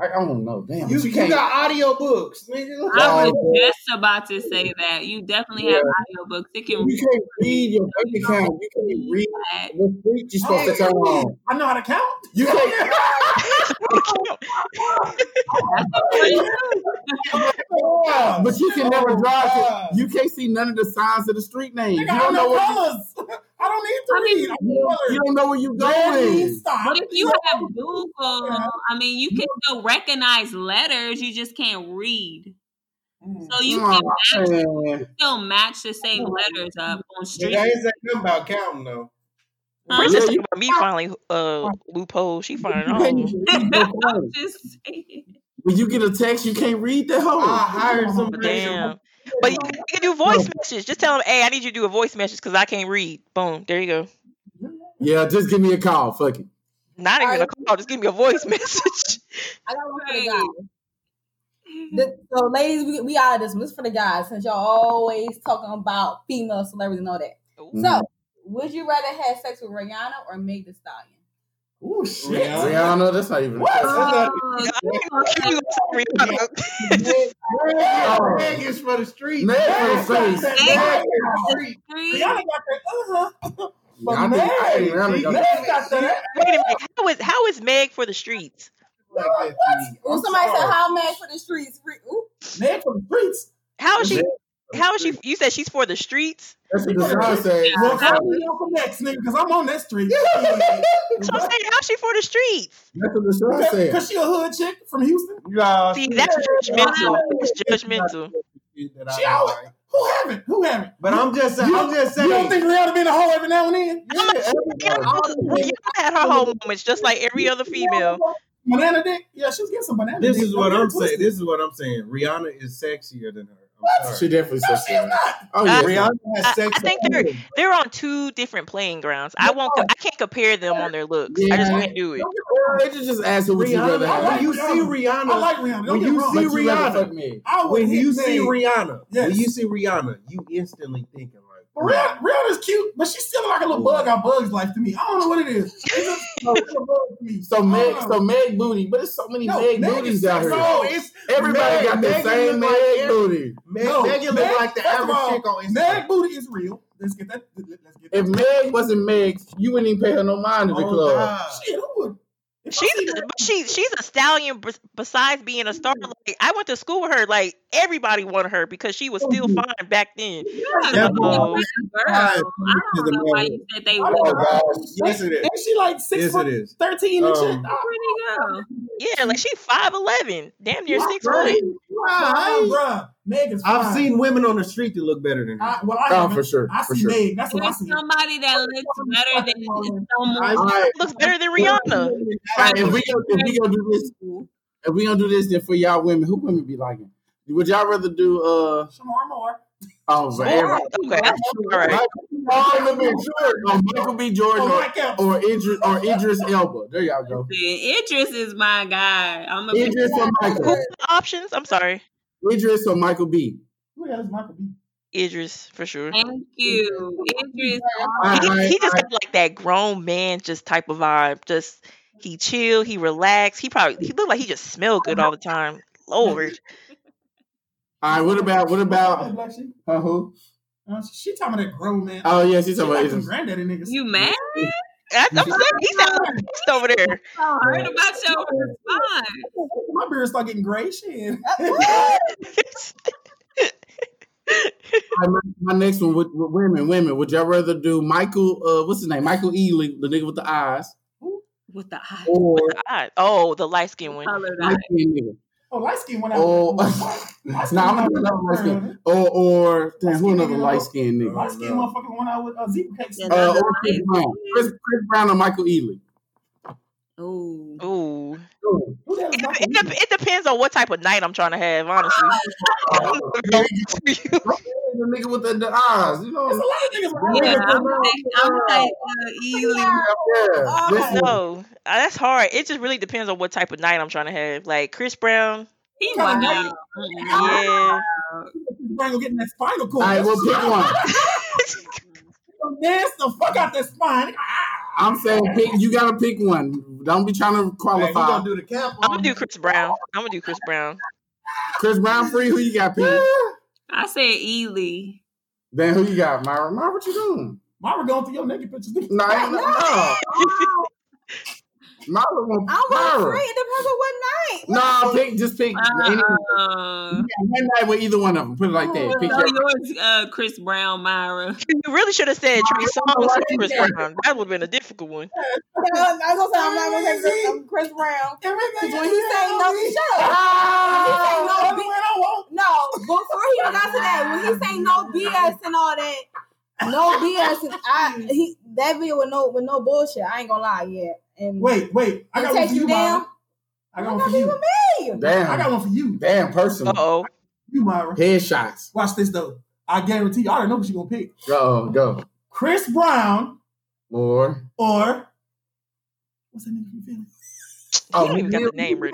Speaker 4: I, I don't know. Damn,
Speaker 3: You,
Speaker 4: you,
Speaker 3: you
Speaker 4: can't.
Speaker 3: got audio books, nigga.
Speaker 2: I
Speaker 4: Wow.
Speaker 2: was just about to say that. You definitely have audiobooks. It can
Speaker 4: you can't read your bank account. You can't read
Speaker 2: that.
Speaker 4: what street you're supposed to turn on.
Speaker 6: I know how to count.
Speaker 4: You can't.
Speaker 2: That's important too.
Speaker 4: But you can never
Speaker 3: Oh,
Speaker 4: drive.
Speaker 3: God.
Speaker 4: You can't see none of the signs of the street names. You
Speaker 6: Nigga, I
Speaker 4: don't know
Speaker 6: know
Speaker 4: what.
Speaker 6: colors. I don't need to
Speaker 2: I mean,
Speaker 6: read. I
Speaker 4: You
Speaker 6: know
Speaker 4: don't- you don't know where you're
Speaker 6: colors. Red means
Speaker 4: going.
Speaker 6: stop.
Speaker 2: But if you have Google, I mean, you can still recognize letters. You just can't read. So you can
Speaker 4: Oh, man.
Speaker 2: still match the same letters up on
Speaker 3: Nigga,
Speaker 2: street.
Speaker 3: I ain't saying nothing about counting though.
Speaker 2: Huh?
Speaker 5: Princess
Speaker 4: Yeah,
Speaker 5: talking about me finally uh loophole. She finding
Speaker 4: You can't
Speaker 5: all.
Speaker 4: even read your
Speaker 2: I'm
Speaker 4: phone.
Speaker 2: just saying.
Speaker 4: When you get a text, you can't read that whole.
Speaker 3: I hired some
Speaker 5: But
Speaker 3: person.
Speaker 5: damn. But you can, you can do voice messages. Just tell them, hey, I need you to do a voice message because I can't read. Boom. There you go.
Speaker 4: Yeah, just give me a call. Fuck it.
Speaker 5: Not even a
Speaker 1: Alright.
Speaker 5: call. Just give me a voice message.
Speaker 1: I got one for the
Speaker 2: Right.
Speaker 1: guys. This- so, ladies, we, we out of this one. This is for the guys since y'all always talking about female celebrities and all that.
Speaker 5: Ooh.
Speaker 1: So, would you rather have sex with Rihanna or Meg Thee Stallion?
Speaker 6: Oh shit.
Speaker 3: Rihanna.
Speaker 4: Rihanna, that's not even.
Speaker 2: Oh,
Speaker 5: You gonna say Rihanna.
Speaker 3: Meg is for the street.
Speaker 4: Meg for the
Speaker 3: Meg is
Speaker 4: streets.
Speaker 3: Meg is for the
Speaker 2: Meg
Speaker 3: street.
Speaker 2: three.
Speaker 6: Rihanna got that. Uh huh.
Speaker 4: I think- I think Rihanna
Speaker 3: She-
Speaker 4: got-
Speaker 6: Meg got that.
Speaker 5: Wait a minute. How is how is Meg for the streets?
Speaker 3: like that.
Speaker 1: Well, somebody said how mad for the streets. Re- Ooh.
Speaker 6: man from the streets.
Speaker 5: How is she? How is she? You said she's for the streets.
Speaker 4: That's what Deshaun said.
Speaker 6: Well, call me Uncle Max, nigga, because I'm on that street.
Speaker 5: So I'm saying, how's she for the streets?
Speaker 4: That's what Deshaun said.
Speaker 6: Because she a hood chick from Houston.
Speaker 3: Nah,
Speaker 5: See, that's judgmental. That's judgmental.
Speaker 6: She always, who haven't? Who haven't?
Speaker 3: But I'm just saying.
Speaker 6: You-
Speaker 3: I'm just
Speaker 6: You
Speaker 3: saying.
Speaker 6: don't think Rihanna be in the hole every now and then?
Speaker 5: Rihanna had her whole moments, just like every other female.
Speaker 6: Banana dick? Yeah, she was getting some banana
Speaker 3: This
Speaker 6: dick.
Speaker 3: is
Speaker 6: Don't
Speaker 3: what
Speaker 6: get it
Speaker 3: I'm saying.
Speaker 6: twisted.
Speaker 3: This is what I'm saying. Rihanna is sexier than her. I'm
Speaker 4: She
Speaker 3: sorry.
Speaker 4: definitely said
Speaker 6: She's
Speaker 4: that.
Speaker 6: not.
Speaker 4: Oh
Speaker 5: Uh,
Speaker 4: yeah,
Speaker 3: Rihanna
Speaker 5: I-
Speaker 3: has sex.
Speaker 5: I think they're- They're on two different playing grounds. I won't. co- I can't compare them on their looks. I just can't do it.
Speaker 4: They should just ask her what you
Speaker 3: Rihanna.
Speaker 4: rather have.
Speaker 3: When you see
Speaker 6: Rihanna.
Speaker 3: Rihanna,
Speaker 6: I like Rihanna. Don't
Speaker 3: when
Speaker 6: get me
Speaker 3: you
Speaker 6: wrong.
Speaker 3: see
Speaker 4: But you
Speaker 3: Rihanna.
Speaker 4: rather fuck me.
Speaker 6: I would
Speaker 3: when
Speaker 6: hit
Speaker 3: you see
Speaker 6: man.
Speaker 3: Rihanna, when
Speaker 6: Yes.
Speaker 3: you see Rihanna, you instantly thinking like,
Speaker 6: But Rihanna, Rihanna's cute, but she's still like a little bug out Bugs Life to me. I don't know what it is. It's just a little bug to me.
Speaker 4: So Meg,
Speaker 6: I don't know.
Speaker 4: so Meg booty, but there's so many
Speaker 6: Uh-huh. No,
Speaker 4: Meg
Speaker 6: Meg
Speaker 4: booties
Speaker 6: is
Speaker 4: out here.
Speaker 6: sexy.
Speaker 3: no, it's
Speaker 4: Everybody
Speaker 3: Meg-
Speaker 4: got the
Speaker 3: Megan
Speaker 4: same
Speaker 3: look
Speaker 4: Meg
Speaker 3: like every-
Speaker 4: booty.
Speaker 3: Meg,
Speaker 6: No,
Speaker 3: Megan
Speaker 6: Meg-
Speaker 3: look like the
Speaker 6: first of
Speaker 3: average
Speaker 6: all,
Speaker 3: chick on Instagram.
Speaker 6: Meg booty is real. Let's get that. Let's get
Speaker 4: If
Speaker 6: that.
Speaker 4: Meg wasn't Meg, you wouldn't even pay her no mind at the
Speaker 3: Oh,
Speaker 4: club.
Speaker 3: God.
Speaker 6: Shit, who would? If I
Speaker 5: She's
Speaker 6: see
Speaker 5: a-
Speaker 6: that-
Speaker 5: but she she's a stallion. bes- Besides being a star,
Speaker 6: Mm.
Speaker 5: like I went to school with her. Like everybody wanted her because she was still fine back then.
Speaker 2: Yeah,
Speaker 3: That's
Speaker 2: but
Speaker 5: all.
Speaker 2: like a girl.
Speaker 3: Right.
Speaker 2: I don't know why you said they
Speaker 6: I
Speaker 2: were
Speaker 6: don't know.
Speaker 3: Yes, it is.
Speaker 6: Ain't she like Oh, six
Speaker 3: Yes,
Speaker 6: foot
Speaker 3: it is.
Speaker 6: 13 and shit?
Speaker 3: Um,
Speaker 6: Ah,
Speaker 2: pretty girl.
Speaker 5: Yeah, like she five eleven, damn near
Speaker 6: Yeah,
Speaker 5: six
Speaker 6: right.
Speaker 5: foot.
Speaker 6: Bruh,
Speaker 3: Right.
Speaker 6: bruh, Meg is
Speaker 3: I've
Speaker 6: fine.
Speaker 3: seen women on the street that look better than her.
Speaker 6: I, well, I
Speaker 4: Oh,
Speaker 6: haven't.
Speaker 4: for sure,
Speaker 6: I
Speaker 4: for
Speaker 6: see
Speaker 4: sure.
Speaker 6: Meg. That's what I
Speaker 2: There's
Speaker 6: see.
Speaker 2: somebody that looks better than
Speaker 4: I-
Speaker 2: someone.
Speaker 4: All right,
Speaker 5: Looks better than Rihanna.
Speaker 4: all right, if we gonna- if we gonna do this, if we gonna do this, then for y'all women, who women be liking? Would y'all rather do uh?
Speaker 6: Shamar Moore.
Speaker 4: Oh, for everybody.
Speaker 5: Okay, all right.
Speaker 4: Michael B. Jordan, or Michael B. Jordan,
Speaker 6: Oh,
Speaker 4: or,
Speaker 6: Mike Epps.
Speaker 4: or Idris or Idris Elba. There y'all go.
Speaker 2: Idris is my guy. I'm a big
Speaker 4: Idris or
Speaker 5: Who
Speaker 4: Michael.
Speaker 5: options? I'm sorry,
Speaker 4: Idris or Michael B.
Speaker 6: Who the hell is Michael B?
Speaker 5: Idris for sure.
Speaker 2: thank you. Idris
Speaker 4: All right, all
Speaker 5: He,
Speaker 4: right,
Speaker 5: he
Speaker 4: all
Speaker 5: just got like that grown man just type of vibe. Just he chill, he relaxed. He probably he looked like he just smelled good all the time. Lord,
Speaker 4: All right, what about what
Speaker 6: Hey,
Speaker 4: about
Speaker 6: Black Sheep.
Speaker 4: uh, who?
Speaker 6: Uh, she talking about that grown man.
Speaker 4: Oh yeah, she's
Speaker 6: she
Speaker 4: talking
Speaker 6: like
Speaker 4: about
Speaker 6: some
Speaker 4: Idris.
Speaker 6: granddaddy niggas.
Speaker 2: you mad?
Speaker 5: I, I'm saying, he sounds pissed over there.
Speaker 2: I heard about your response.
Speaker 6: My beard start getting gray. Shit.
Speaker 4: All right, my, my next one with, with women, women. Would y'all rather do Michael? Uh, what's his name? Michael Ealy, the nigga with the eyes,
Speaker 2: With the eye
Speaker 4: or
Speaker 5: God. Oh, the light skinned one.
Speaker 2: color
Speaker 4: light
Speaker 2: eye.
Speaker 4: skinned E, nigga,
Speaker 6: Oh, light skin went out. uh,
Speaker 4: or nah, I'm gonna do another light skin, or or damn, who another light skinned nigga?
Speaker 6: Light skin motherfucker went out with uh, zebra cakes.
Speaker 2: Yeah,
Speaker 4: Uh, or Chris Brown, Chris, Chris Brown or Michael Ealy.
Speaker 2: Ooh.
Speaker 5: Ooh.
Speaker 6: Who the hell is
Speaker 5: It,
Speaker 6: Michael
Speaker 5: it,
Speaker 6: B?
Speaker 5: dep- it depends on what type of night I'm trying to have, honestly.
Speaker 4: the nigga with the, the eyes, you know.
Speaker 6: There's a
Speaker 4: what
Speaker 6: lot of niggas.
Speaker 4: I'm
Speaker 6: with
Speaker 2: Yeah,
Speaker 4: saying?
Speaker 6: eyes.
Speaker 2: I'm like, I'm like uh, Ely.
Speaker 4: Yeah,
Speaker 5: I
Speaker 4: listen,
Speaker 5: don't know. Uh, That's hard. It just really depends on what type of night I'm trying to have. Like Chris Brown.
Speaker 2: He
Speaker 6: Color
Speaker 2: wild.
Speaker 6: eye.
Speaker 2: Mm-mm.
Speaker 5: Yeah.
Speaker 6: Brangle getting that spinal cord.
Speaker 4: All right, well, pick one.
Speaker 6: Gonna Dance the fuck out that spine. Ah,
Speaker 4: I'm saying pick. You gotta pick one. Don't be trying to
Speaker 3: Hey, you
Speaker 4: qualify.
Speaker 3: gonna do the cap
Speaker 5: I'm
Speaker 3: on
Speaker 5: gonna do Chris Brown. I'm gonna do Chris Brown.
Speaker 4: Chris Brown free. Who you got, Pete?
Speaker 2: I said Ely.
Speaker 4: Then who you got, Myra? Myra, what you doing?
Speaker 6: Myra going through your naked pictures.
Speaker 4: No, I ain't, no. Myra, won't-
Speaker 1: I want
Speaker 4: Myra.
Speaker 1: three. It depends on what night.
Speaker 4: No, pick. Just pick.
Speaker 2: Uh,
Speaker 4: any-
Speaker 2: Uh-uh.
Speaker 4: One night with either one of them. Put it like that. Pick
Speaker 2: So
Speaker 4: your.
Speaker 2: yours, uh, Chris Brown, Myra.
Speaker 5: You really should have said Trey Songz or Chris
Speaker 4: Yeah.
Speaker 5: Brown. That would have been a difficult one.
Speaker 1: I was gonna say I'm not gonna say I'm Chris Brown. Because when he say no,
Speaker 6: "Oh,
Speaker 1: shut up.
Speaker 4: Ah!
Speaker 1: No, before he got to that, when he say no BS and all that, no BS, and I he that video with no with no bullshit. I ain't gonna lie, yeah. And
Speaker 6: Wait, wait. I
Speaker 1: It
Speaker 6: got one
Speaker 1: takes
Speaker 6: for
Speaker 1: you
Speaker 6: you,
Speaker 1: down.
Speaker 6: Myra. I got one for you.
Speaker 1: damn.
Speaker 6: I got
Speaker 4: Damn.
Speaker 6: one for you.
Speaker 4: Damn.
Speaker 5: Uh
Speaker 4: Personal.
Speaker 5: oh.
Speaker 6: You, Myra.
Speaker 4: Headshots.
Speaker 6: Watch this though. I guarantee you. I already know what you gonna pick.
Speaker 4: Go. Go.
Speaker 6: Chris Brown
Speaker 4: Or.
Speaker 6: or what's that nigga from Philly?
Speaker 5: You
Speaker 4: Oh,
Speaker 5: don't even got
Speaker 4: Mill-
Speaker 5: the name right.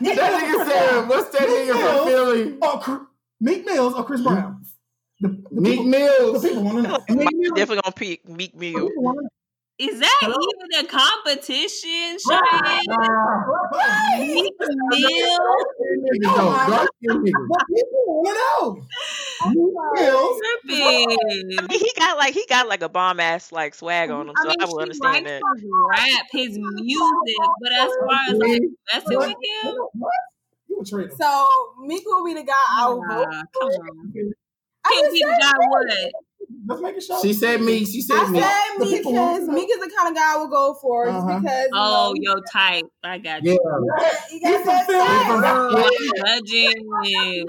Speaker 4: That nigga said, "What's that nigga from Philly?"
Speaker 6: Or Cr- Oh, Meek Mills or Chris Brown? The, the
Speaker 4: Meek
Speaker 6: people,
Speaker 4: Mills.
Speaker 6: The people want to know.
Speaker 5: I'm definitely gonna pick Meek
Speaker 6: The
Speaker 5: Mill.
Speaker 6: people wanna know.
Speaker 2: Is that even a competition, Cheyenne? Meek Mill?
Speaker 4: Niggas though, dark-skinned niggas.
Speaker 6: But people want to know. Bills.
Speaker 2: Tripping.
Speaker 5: He got like he got like a bomb ass like swag on him, so I,
Speaker 2: mean,
Speaker 5: will
Speaker 2: she
Speaker 5: understand
Speaker 2: likes
Speaker 5: that.
Speaker 2: his rap, his music, but as far as like messing with him,
Speaker 6: What? You a traitor.
Speaker 1: So Meek will be the guy I will
Speaker 2: nah,
Speaker 1: vote.
Speaker 2: come on.
Speaker 1: I
Speaker 2: Can't
Speaker 1: just
Speaker 2: be the
Speaker 1: said
Speaker 2: guy what?
Speaker 6: Let's make a show.
Speaker 4: She said me. She said me.
Speaker 1: I said
Speaker 6: The
Speaker 1: Meek
Speaker 6: people who-
Speaker 1: because Meek is the kind of guy I will go for just
Speaker 6: Uh-huh.
Speaker 1: because. you
Speaker 2: Oh,
Speaker 1: know,
Speaker 2: yo, type. I got
Speaker 4: Yeah.
Speaker 2: you.
Speaker 1: you
Speaker 6: He's
Speaker 1: got
Speaker 6: from
Speaker 1: that
Speaker 6: Philly.
Speaker 1: sense.
Speaker 6: He's from-
Speaker 2: Oh, judging.
Speaker 1: It's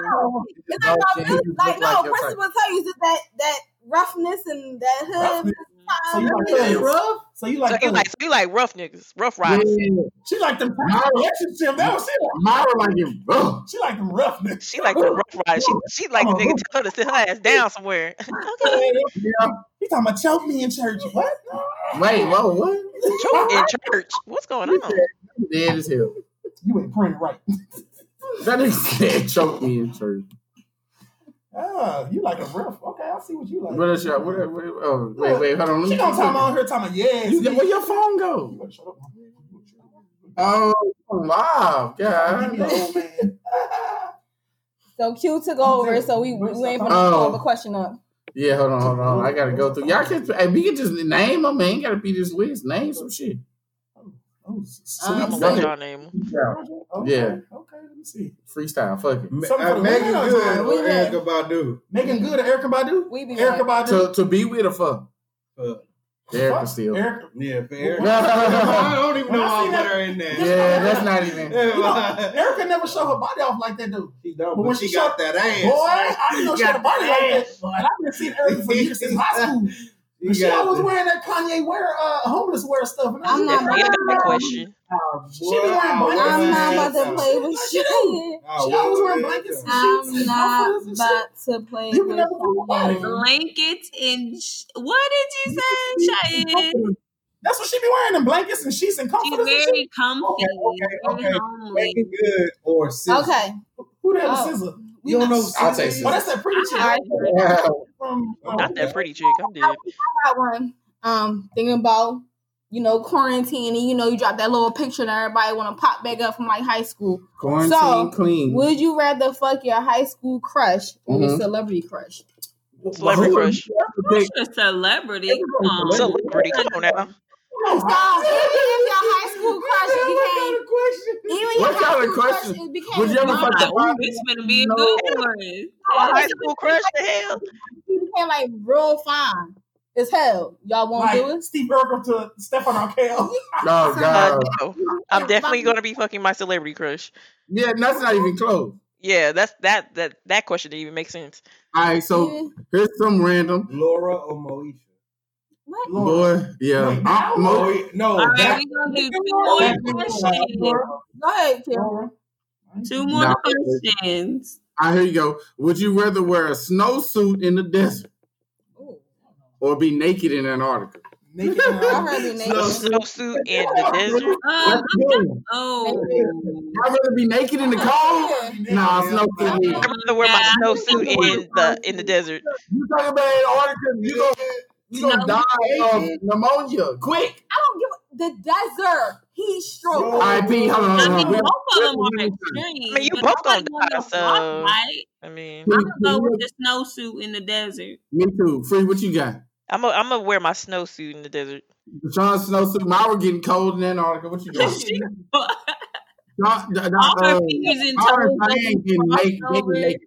Speaker 1: like, no,
Speaker 4: He
Speaker 1: Prince,
Speaker 4: just
Speaker 1: like,
Speaker 4: look like
Speaker 1: no,
Speaker 4: your
Speaker 1: Prince
Speaker 4: type.
Speaker 1: will tell you just that that roughness and that hood.
Speaker 6: Roughness. So you like thugs. So you
Speaker 5: So
Speaker 6: like
Speaker 5: you
Speaker 6: thugs.
Speaker 5: like so you like rough niggas, rough
Speaker 4: Yeah.
Speaker 5: riders.
Speaker 6: She like them
Speaker 4: Myra-
Speaker 6: relationship. That was she. Like,
Speaker 4: Myra like it. Ugh.
Speaker 6: she like them rough niggas.
Speaker 5: She like the rough riders. She she like
Speaker 4: Uh-huh.
Speaker 5: the nigga tell her to sit her ass down somewhere. okay.
Speaker 4: Yeah.
Speaker 6: He talking about choke me in church. What?
Speaker 4: Wait, whoa, what?
Speaker 5: Choke in church. What's going
Speaker 4: He
Speaker 5: on?
Speaker 4: said, "You Dead as hell.
Speaker 6: You ain't praying right.
Speaker 4: That nigga said choke me in church.
Speaker 6: Ah, you like a rough. Okay, I see what you like.
Speaker 4: What else y'all? What, what, oh, wait, wait, hold on. Let
Speaker 6: She
Speaker 4: me-
Speaker 6: gonna talk about her talking about yes.
Speaker 4: You- Where your phone
Speaker 6: You
Speaker 4: go?
Speaker 6: better shut up.
Speaker 4: Oh, live.
Speaker 6: Give me the
Speaker 4: God.
Speaker 6: old man.
Speaker 1: So Q took over, so we we ain't put
Speaker 4: Oh.
Speaker 1: the question up.
Speaker 4: Yeah, hold on, hold on. I gotta go through. Y'all can, hey, we can just name them, man. Ain't gotta be this list. Name some shit.
Speaker 6: Oh,
Speaker 5: I'm
Speaker 6: so we
Speaker 5: gonna
Speaker 4: go
Speaker 5: let
Speaker 4: ahead.
Speaker 5: y'all name. 'em.
Speaker 6: Okay,
Speaker 4: Yeah.
Speaker 6: Okay, let me see.
Speaker 4: Freestyle, fuck it.
Speaker 6: Something for the
Speaker 7: Megan
Speaker 6: women
Speaker 7: Good
Speaker 6: or
Speaker 7: or
Speaker 1: something?
Speaker 7: Erica Badu.
Speaker 6: Megan Good or Erica Badu?
Speaker 1: We be
Speaker 6: Erica
Speaker 1: like,
Speaker 6: Badu.
Speaker 4: To, to be with or fuck?
Speaker 7: Fuck.
Speaker 4: Erica
Speaker 6: Fuck,
Speaker 4: still.
Speaker 6: Erica.
Speaker 7: Yeah, for
Speaker 4: No,
Speaker 7: Erica.
Speaker 4: no, no, no,
Speaker 7: I
Speaker 4: no.
Speaker 7: don't even know
Speaker 6: When I
Speaker 7: how I
Speaker 6: seen
Speaker 7: put
Speaker 6: that-
Speaker 7: her in there.
Speaker 4: Yeah, that's not even.
Speaker 6: You know, Erica never showed her body off like that, dude.
Speaker 7: She don't,
Speaker 6: But
Speaker 7: but,
Speaker 6: when
Speaker 7: she,
Speaker 6: she
Speaker 7: got that ass.
Speaker 6: Boy, I didn't know she had a
Speaker 7: Got
Speaker 6: body like
Speaker 7: that
Speaker 6: that.
Speaker 7: ass,
Speaker 6: And I've been seeing Erica for years since high school. But she
Speaker 7: got
Speaker 6: always
Speaker 7: that.
Speaker 6: wearing that Kanye wear, uh, homeless wear stuff. And I
Speaker 1: I'm
Speaker 6: was
Speaker 1: not
Speaker 5: That's
Speaker 6: like, "Ah."
Speaker 5: the
Speaker 1: about
Speaker 5: other
Speaker 1: to.
Speaker 5: question.
Speaker 6: she be wearing
Speaker 7: Wow,
Speaker 1: I'm not
Speaker 6: blankets.
Speaker 7: man.
Speaker 1: about to play with shit.
Speaker 7: Oh,
Speaker 6: She always wearing blankets and sheets
Speaker 1: I'm
Speaker 6: and
Speaker 1: not
Speaker 6: comforters and shit.
Speaker 1: about to play
Speaker 6: You can
Speaker 1: with
Speaker 6: never do
Speaker 1: that.
Speaker 6: nothing.
Speaker 2: Blankets and sh- what did you say, Cheyenne?
Speaker 6: That's what she be wearing, them blankets and sheets and
Speaker 2: She's
Speaker 6: comforters and shit.
Speaker 2: very comfy,
Speaker 7: Okay, okay,
Speaker 2: very
Speaker 7: okay.
Speaker 2: homely.
Speaker 7: Megan Good or SZA.
Speaker 1: Okay,
Speaker 6: Who the hell is
Speaker 1: Oh.
Speaker 6: SZA?
Speaker 7: You don't know
Speaker 4: I'll take
Speaker 7: SZA?
Speaker 6: Oh, that's that pretty chick.
Speaker 1: I
Speaker 6: right?
Speaker 4: Yeah.
Speaker 6: From, uh,
Speaker 5: Not that pretty chick. I'm dead.
Speaker 1: got one. Um, thinking about you know quarantine, and you know you drop that little picture that everybody want to pop back up from like high school.
Speaker 4: Quarantine
Speaker 1: So,
Speaker 4: clean.
Speaker 1: Would you rather fuck your high school crush or your
Speaker 4: Mhm.
Speaker 1: celebrity crush?
Speaker 5: Celebrity
Speaker 4: Who would
Speaker 5: crush.
Speaker 4: you have to
Speaker 2: Who's
Speaker 4: pick?
Speaker 2: your celebrity? Come on.
Speaker 5: Celebrity. Come on now.
Speaker 1: So even if your high school crush became even if your
Speaker 4: What
Speaker 1: high
Speaker 4: kind of
Speaker 1: school crush
Speaker 4: question?
Speaker 1: it became
Speaker 4: Would you
Speaker 1: a
Speaker 4: ever
Speaker 2: I'm
Speaker 4: fuck
Speaker 1: blonde,
Speaker 2: like,
Speaker 4: the
Speaker 2: ooh, this gonna be a good one.
Speaker 5: A high school crush the hell.
Speaker 1: you became like real fine as hell. Y'all won't
Speaker 6: like
Speaker 1: do it.
Speaker 6: Steve Urkel to Stefan Arkell.
Speaker 4: Oh
Speaker 5: Uh,
Speaker 4: god.
Speaker 5: no. I'm definitely gonna be fucking my celebrity crush.
Speaker 4: Yeah, that's not even close.
Speaker 5: Yeah, that's that that that question didn't even make sense.
Speaker 4: All right, so here's some random
Speaker 7: Laura or Moesha?
Speaker 1: What?
Speaker 4: boy. Yeah,
Speaker 6: Wait,
Speaker 4: I,
Speaker 6: now?
Speaker 4: Mo,
Speaker 7: Moe- no,
Speaker 2: All right,
Speaker 7: that,
Speaker 2: we're gonna do two more questions.
Speaker 1: Go ahead, Kim.
Speaker 6: Laura.
Speaker 2: Two more
Speaker 4: Nah.
Speaker 2: questions.
Speaker 4: I here you go. Would you rather wear a snowsuit in the desert or be naked in Antarctica?
Speaker 6: Naked
Speaker 1: Uh, I
Speaker 6: and
Speaker 1: heard you naked.
Speaker 5: Snowsuit in the desert.
Speaker 2: Um,
Speaker 4: Let's go.
Speaker 2: oh,
Speaker 4: I'd rather be naked in the cold. Nah, snowsuit.
Speaker 1: Yeah.
Speaker 4: is-
Speaker 5: I'd rather wear my
Speaker 2: Yeah.
Speaker 5: snowsuit in the in the desert.
Speaker 4: You talking about Antarctica? You gonna you gonna die of pneumonia quick?
Speaker 1: I don't give a, the desert heat stroke.
Speaker 6: Yo.
Speaker 4: I P. Hold on,
Speaker 2: I
Speaker 4: hold on.
Speaker 2: mean,
Speaker 4: We're-
Speaker 2: both of them
Speaker 4: we're-
Speaker 2: are extreme.
Speaker 5: I mean, you
Speaker 2: but
Speaker 5: both
Speaker 2: nobody
Speaker 5: gonna
Speaker 2: wanna
Speaker 5: die,
Speaker 2: get
Speaker 5: so-
Speaker 2: frostbite.
Speaker 5: I mean,
Speaker 2: I'm gonna go with the snowsuit in the desert.
Speaker 4: Me too. Free. What you got?
Speaker 5: I'm gonna I'm gonna wear my snowsuit in the desert.
Speaker 4: John snowsuit. Myra getting cold in Antarctica. What you doing?
Speaker 2: She- All
Speaker 4: John, uh,
Speaker 2: her
Speaker 4: uh,
Speaker 2: fingers and
Speaker 4: Myra
Speaker 2: toes
Speaker 4: and Diane getting naked.
Speaker 2: are
Speaker 4: Getting
Speaker 2: over.
Speaker 4: naked.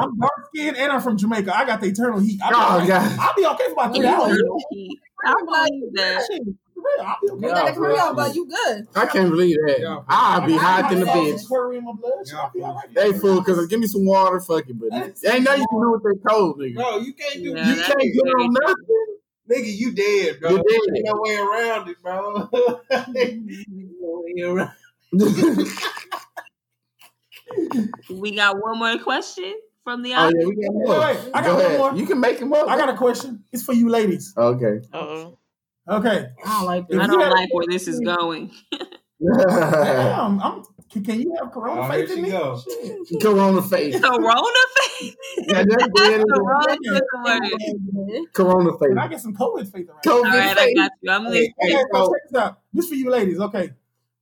Speaker 6: I'm dark skinned and I'm from Jamaica. I got the eternal heat. I'll be,
Speaker 4: Oh,
Speaker 6: alright.
Speaker 4: God.
Speaker 6: I'll be okay for about three hours.
Speaker 2: Eternal heat. I believe that.
Speaker 6: Shit, for real, I'll be
Speaker 1: You
Speaker 6: okay.
Speaker 1: got a
Speaker 4: Yeah, bro.
Speaker 1: career, but you good.
Speaker 4: I can't believe that.
Speaker 7: Yeah.
Speaker 4: I'll be hot in the bitch.
Speaker 6: Query in my blood. Shit, I'll be all right.
Speaker 4: They fool, cause give me some water, fuck it, but ain't nothing you can do with that cold, nigga.
Speaker 7: no, you can't do
Speaker 2: Yeah,
Speaker 4: you
Speaker 2: that's
Speaker 4: can't get
Speaker 2: very
Speaker 4: on nothing.
Speaker 7: Nigga, you dead, bro.
Speaker 4: You're dead.
Speaker 7: Ain't no way around it, bro. Ain't no way around
Speaker 2: We got one more question from the
Speaker 4: oh
Speaker 2: audience.
Speaker 4: yeah, we got more.
Speaker 6: Wait, wait, I got
Speaker 4: Go
Speaker 6: one
Speaker 4: ahead.
Speaker 6: more.
Speaker 4: You can make him up.
Speaker 6: I got a question. It's for you ladies.
Speaker 4: okay.
Speaker 5: Oh,
Speaker 6: Okay.
Speaker 1: I don't like
Speaker 6: If
Speaker 2: I
Speaker 6: you
Speaker 1: this.
Speaker 2: don't
Speaker 6: had-
Speaker 2: like where this is going.
Speaker 6: Damn, Um, I'm, can, can you have Corona
Speaker 7: Oh, here
Speaker 6: faith in
Speaker 7: she
Speaker 6: me?
Speaker 7: go.
Speaker 6: Shit.
Speaker 4: Corona face.
Speaker 2: Corona face.
Speaker 4: Yeah, that's
Speaker 2: That's
Speaker 4: dead.
Speaker 2: Corona fucking word.
Speaker 4: Corona
Speaker 6: Can I
Speaker 4: face.
Speaker 6: get some COVID faith around?
Speaker 4: COVID
Speaker 2: All right, I
Speaker 4: face.
Speaker 2: got you. I'm
Speaker 7: Hey,
Speaker 2: listening.
Speaker 7: hey,
Speaker 6: Okay, so
Speaker 7: so,
Speaker 6: check this out. This for you ladies. Okay.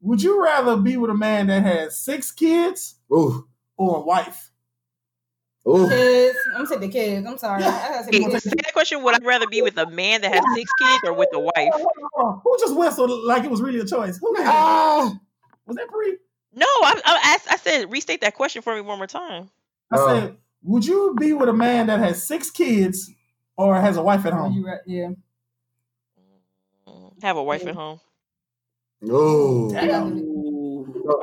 Speaker 6: Would you rather be with a man that has six kids
Speaker 4: Ooh.
Speaker 6: or a wife?
Speaker 4: Ooh.
Speaker 1: Kids. I'm saying the kids. I'm sorry. I gotta say
Speaker 5: Okay,
Speaker 1: more.
Speaker 5: say that question. Would I rather be with a man that has six kids or with a wife?
Speaker 6: Hold on. Who just whistled like it was really a choice? Who the hell?
Speaker 4: Ah,
Speaker 6: was that Bree?
Speaker 5: No, I, I asked. I said restate that question for me one more time.
Speaker 6: I
Speaker 4: Oh.
Speaker 6: said, would you be with a man that has six kids or has a wife at
Speaker 1: Oh,
Speaker 6: home?
Speaker 1: you right. Yeah.
Speaker 5: Have a wife at home.
Speaker 4: ooh.
Speaker 1: I gotta do
Speaker 4: So-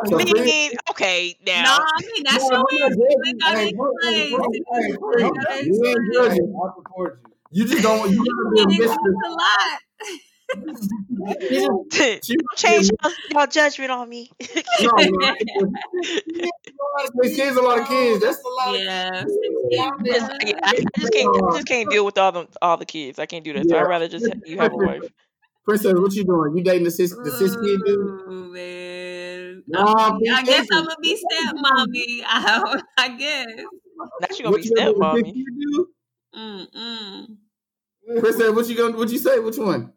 Speaker 5: I
Speaker 4: so Bree-
Speaker 5: mean, okay,
Speaker 2: No,
Speaker 5: now
Speaker 2: I mean that's
Speaker 3: No,
Speaker 2: your
Speaker 3: I'm not judging.
Speaker 2: answer. We got
Speaker 3: Hey,
Speaker 2: it
Speaker 3: bro, hey, bro, hey, bro,
Speaker 2: played.
Speaker 3: hey,
Speaker 2: We got it
Speaker 4: you ain't
Speaker 2: played.
Speaker 4: judging.
Speaker 3: I support you.
Speaker 4: You just don't. You gotta be a
Speaker 2: And it
Speaker 4: mistress.
Speaker 2: takes a lot.
Speaker 4: You
Speaker 5: don't
Speaker 4: just- you gotta be a
Speaker 5: change y'all, y'all judgment on me.
Speaker 4: No, no. Six kids, a lot of kids. That's a lot.
Speaker 2: Yeah.
Speaker 5: Just- I, I just can't. I just can't deal with all the all the kids. I can't do that. So
Speaker 4: Yeah.
Speaker 5: I'd rather just ha- you have a wife.
Speaker 4: Princess, what you doing? You dating the sis? The sis kid dude?
Speaker 2: Ooh, man.
Speaker 4: Nah,
Speaker 2: I, mean, I
Speaker 4: bitch,
Speaker 2: guess
Speaker 4: listen.
Speaker 2: I'm gonna be stepmommy. I, I guess.
Speaker 5: Now she gonna
Speaker 4: What
Speaker 5: be
Speaker 4: you gonna do with the sis
Speaker 5: stepmommy.
Speaker 4: kid dude?
Speaker 2: Mm-mm.
Speaker 4: Princess, what you gonna? What you say? Which one?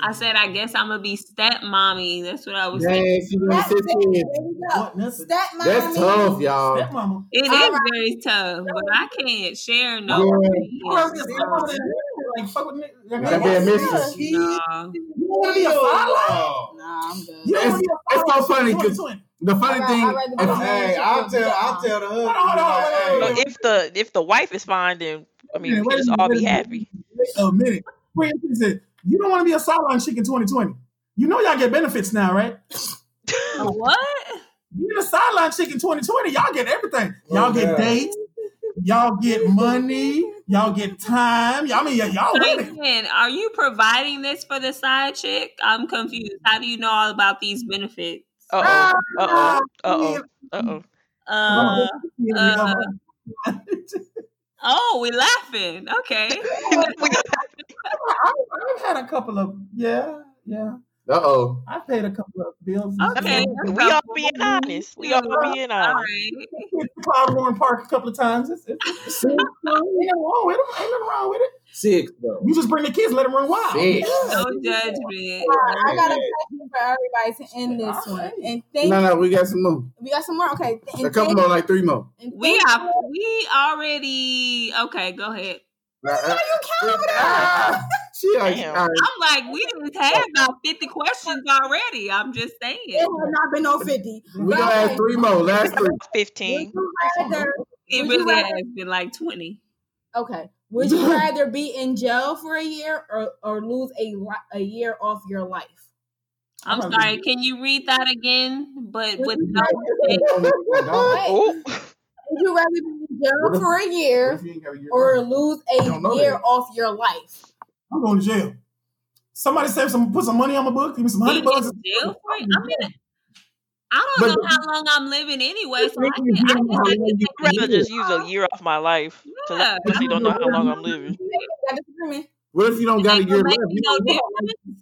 Speaker 2: I said, I guess I'm gonna be stepmommy. That's what I was
Speaker 4: Yeah,
Speaker 2: saying.
Speaker 4: she doing the
Speaker 1: That's
Speaker 4: sis
Speaker 1: it.
Speaker 4: kid.
Speaker 1: There we go.
Speaker 6: What message?
Speaker 1: Step mommy.
Speaker 4: That's tough, y'all.
Speaker 6: Stepmama.
Speaker 2: It is
Speaker 1: All right.
Speaker 2: very tough, but I can't share no.
Speaker 4: Yeah.
Speaker 6: You wanna be a
Speaker 2: opinions,
Speaker 6: stepmama that- Like, fuck with me. Like,
Speaker 4: Gotta be a mistress.
Speaker 6: You
Speaker 2: No.
Speaker 6: wanna be a
Speaker 3: Oh.
Speaker 6: sideline?
Speaker 1: Nah, I'm good.
Speaker 6: You don't wanna be a
Speaker 4: It's so funny
Speaker 6: sideline?
Speaker 4: because the funny
Speaker 1: I'd
Speaker 4: thing.
Speaker 1: rather- I'd rather be
Speaker 4: if-
Speaker 1: a man.
Speaker 7: Hey, I'll tell. I'll tell the husband.
Speaker 6: Hold on, hold on,
Speaker 7: like,
Speaker 6: wait,
Speaker 5: Well,
Speaker 7: hey,
Speaker 6: wait,
Speaker 5: if the if the wife is fine, then I mean
Speaker 6: Yeah,
Speaker 5: we
Speaker 6: wait
Speaker 5: can
Speaker 6: a
Speaker 5: just
Speaker 6: minute,
Speaker 5: all
Speaker 6: wait
Speaker 5: be
Speaker 6: a minute.
Speaker 5: happy.
Speaker 6: Wait a minute. Wait, he said, you don't want to be a sideline chick in 2020. You know y'all get benefits now, right?
Speaker 2: What?
Speaker 6: Being a sideline chick in 2020, y'all get everything. Y'all
Speaker 7: Oh,
Speaker 6: get
Speaker 7: yeah.
Speaker 6: dates. Y'all get money. Y'all get time. Y'all, I mean, y'all-
Speaker 1: Oh,
Speaker 6: y'all winning.
Speaker 2: Franklin, are you providing this for the side chick? I'm confused. How do you know all about these benefits?
Speaker 5: Uh oh. Uh oh. Uh oh. Uh oh.
Speaker 2: Uh,
Speaker 6: Yeah,
Speaker 2: oh, we laughing. Okay.
Speaker 6: I've, I've had a couple of, yeah, yeah.
Speaker 4: Uh oh.
Speaker 6: I've paid a couple of bills. and stuff.
Speaker 2: Okay.
Speaker 5: We all being honest. We all being
Speaker 2: All
Speaker 5: honest.
Speaker 2: right.
Speaker 6: Clyde Warren Park a couple of times. It's, it's, it's,
Speaker 3: Six, though.
Speaker 6: ain't nothing wrong with it. Ain't nothing wrong with it.
Speaker 3: Six, though.
Speaker 6: You just bring the kids, let them run wild.
Speaker 4: Six.
Speaker 2: No judgment.
Speaker 1: I got a question for everybody to end this one. And thank
Speaker 4: No, no, we got some more.
Speaker 1: we got some more. Okay. And
Speaker 4: A couple
Speaker 1: thank-
Speaker 4: more, like three more.
Speaker 1: and
Speaker 2: We
Speaker 1: thank-
Speaker 2: are. We already. Okay, go ahead.
Speaker 4: Ah, she like,
Speaker 5: Damn.
Speaker 4: all right.
Speaker 2: I'm like, we just had about 50 questions already. I'm just
Speaker 1: It
Speaker 2: saying.
Speaker 1: has not been no 50.
Speaker 4: We gonna have three more. Last three.
Speaker 5: Fifteen.
Speaker 2: It
Speaker 1: Would you
Speaker 2: really
Speaker 1: rather-
Speaker 2: has been like 20.
Speaker 1: Okay. Would you rather be in jail for a year or, or lose a li- a year off your life?
Speaker 2: I'm
Speaker 6: Probably.
Speaker 2: sorry. Can you read that again? But with no.
Speaker 1: Wait,
Speaker 5: Oh.
Speaker 1: Would you rather be in jail for a year or
Speaker 6: Or
Speaker 1: lose
Speaker 4: Don't
Speaker 1: a
Speaker 4: know
Speaker 1: year
Speaker 4: that.
Speaker 1: off your life?
Speaker 6: I'm going to jail. Somebody save some, put some money on my book. Give me some
Speaker 2: being
Speaker 6: hundred
Speaker 2: in
Speaker 6: bucks.
Speaker 2: jail for it? I mean, I
Speaker 4: But
Speaker 2: don't know
Speaker 4: the-
Speaker 2: how long I'm living anyway, so I
Speaker 4: You
Speaker 2: can I
Speaker 4: don't know how long
Speaker 2: guess I can
Speaker 4: you
Speaker 2: take
Speaker 5: I'd
Speaker 4: can
Speaker 5: rather
Speaker 4: live.
Speaker 5: just use a year off my life because I
Speaker 2: Yeah.
Speaker 5: honestly don't know how long I'm living.
Speaker 1: Got disagreement.
Speaker 4: What if you don't got a
Speaker 2: Ain't gonna
Speaker 4: year
Speaker 2: make
Speaker 4: left?
Speaker 2: me
Speaker 4: You
Speaker 2: no
Speaker 4: don't know.
Speaker 2: difference.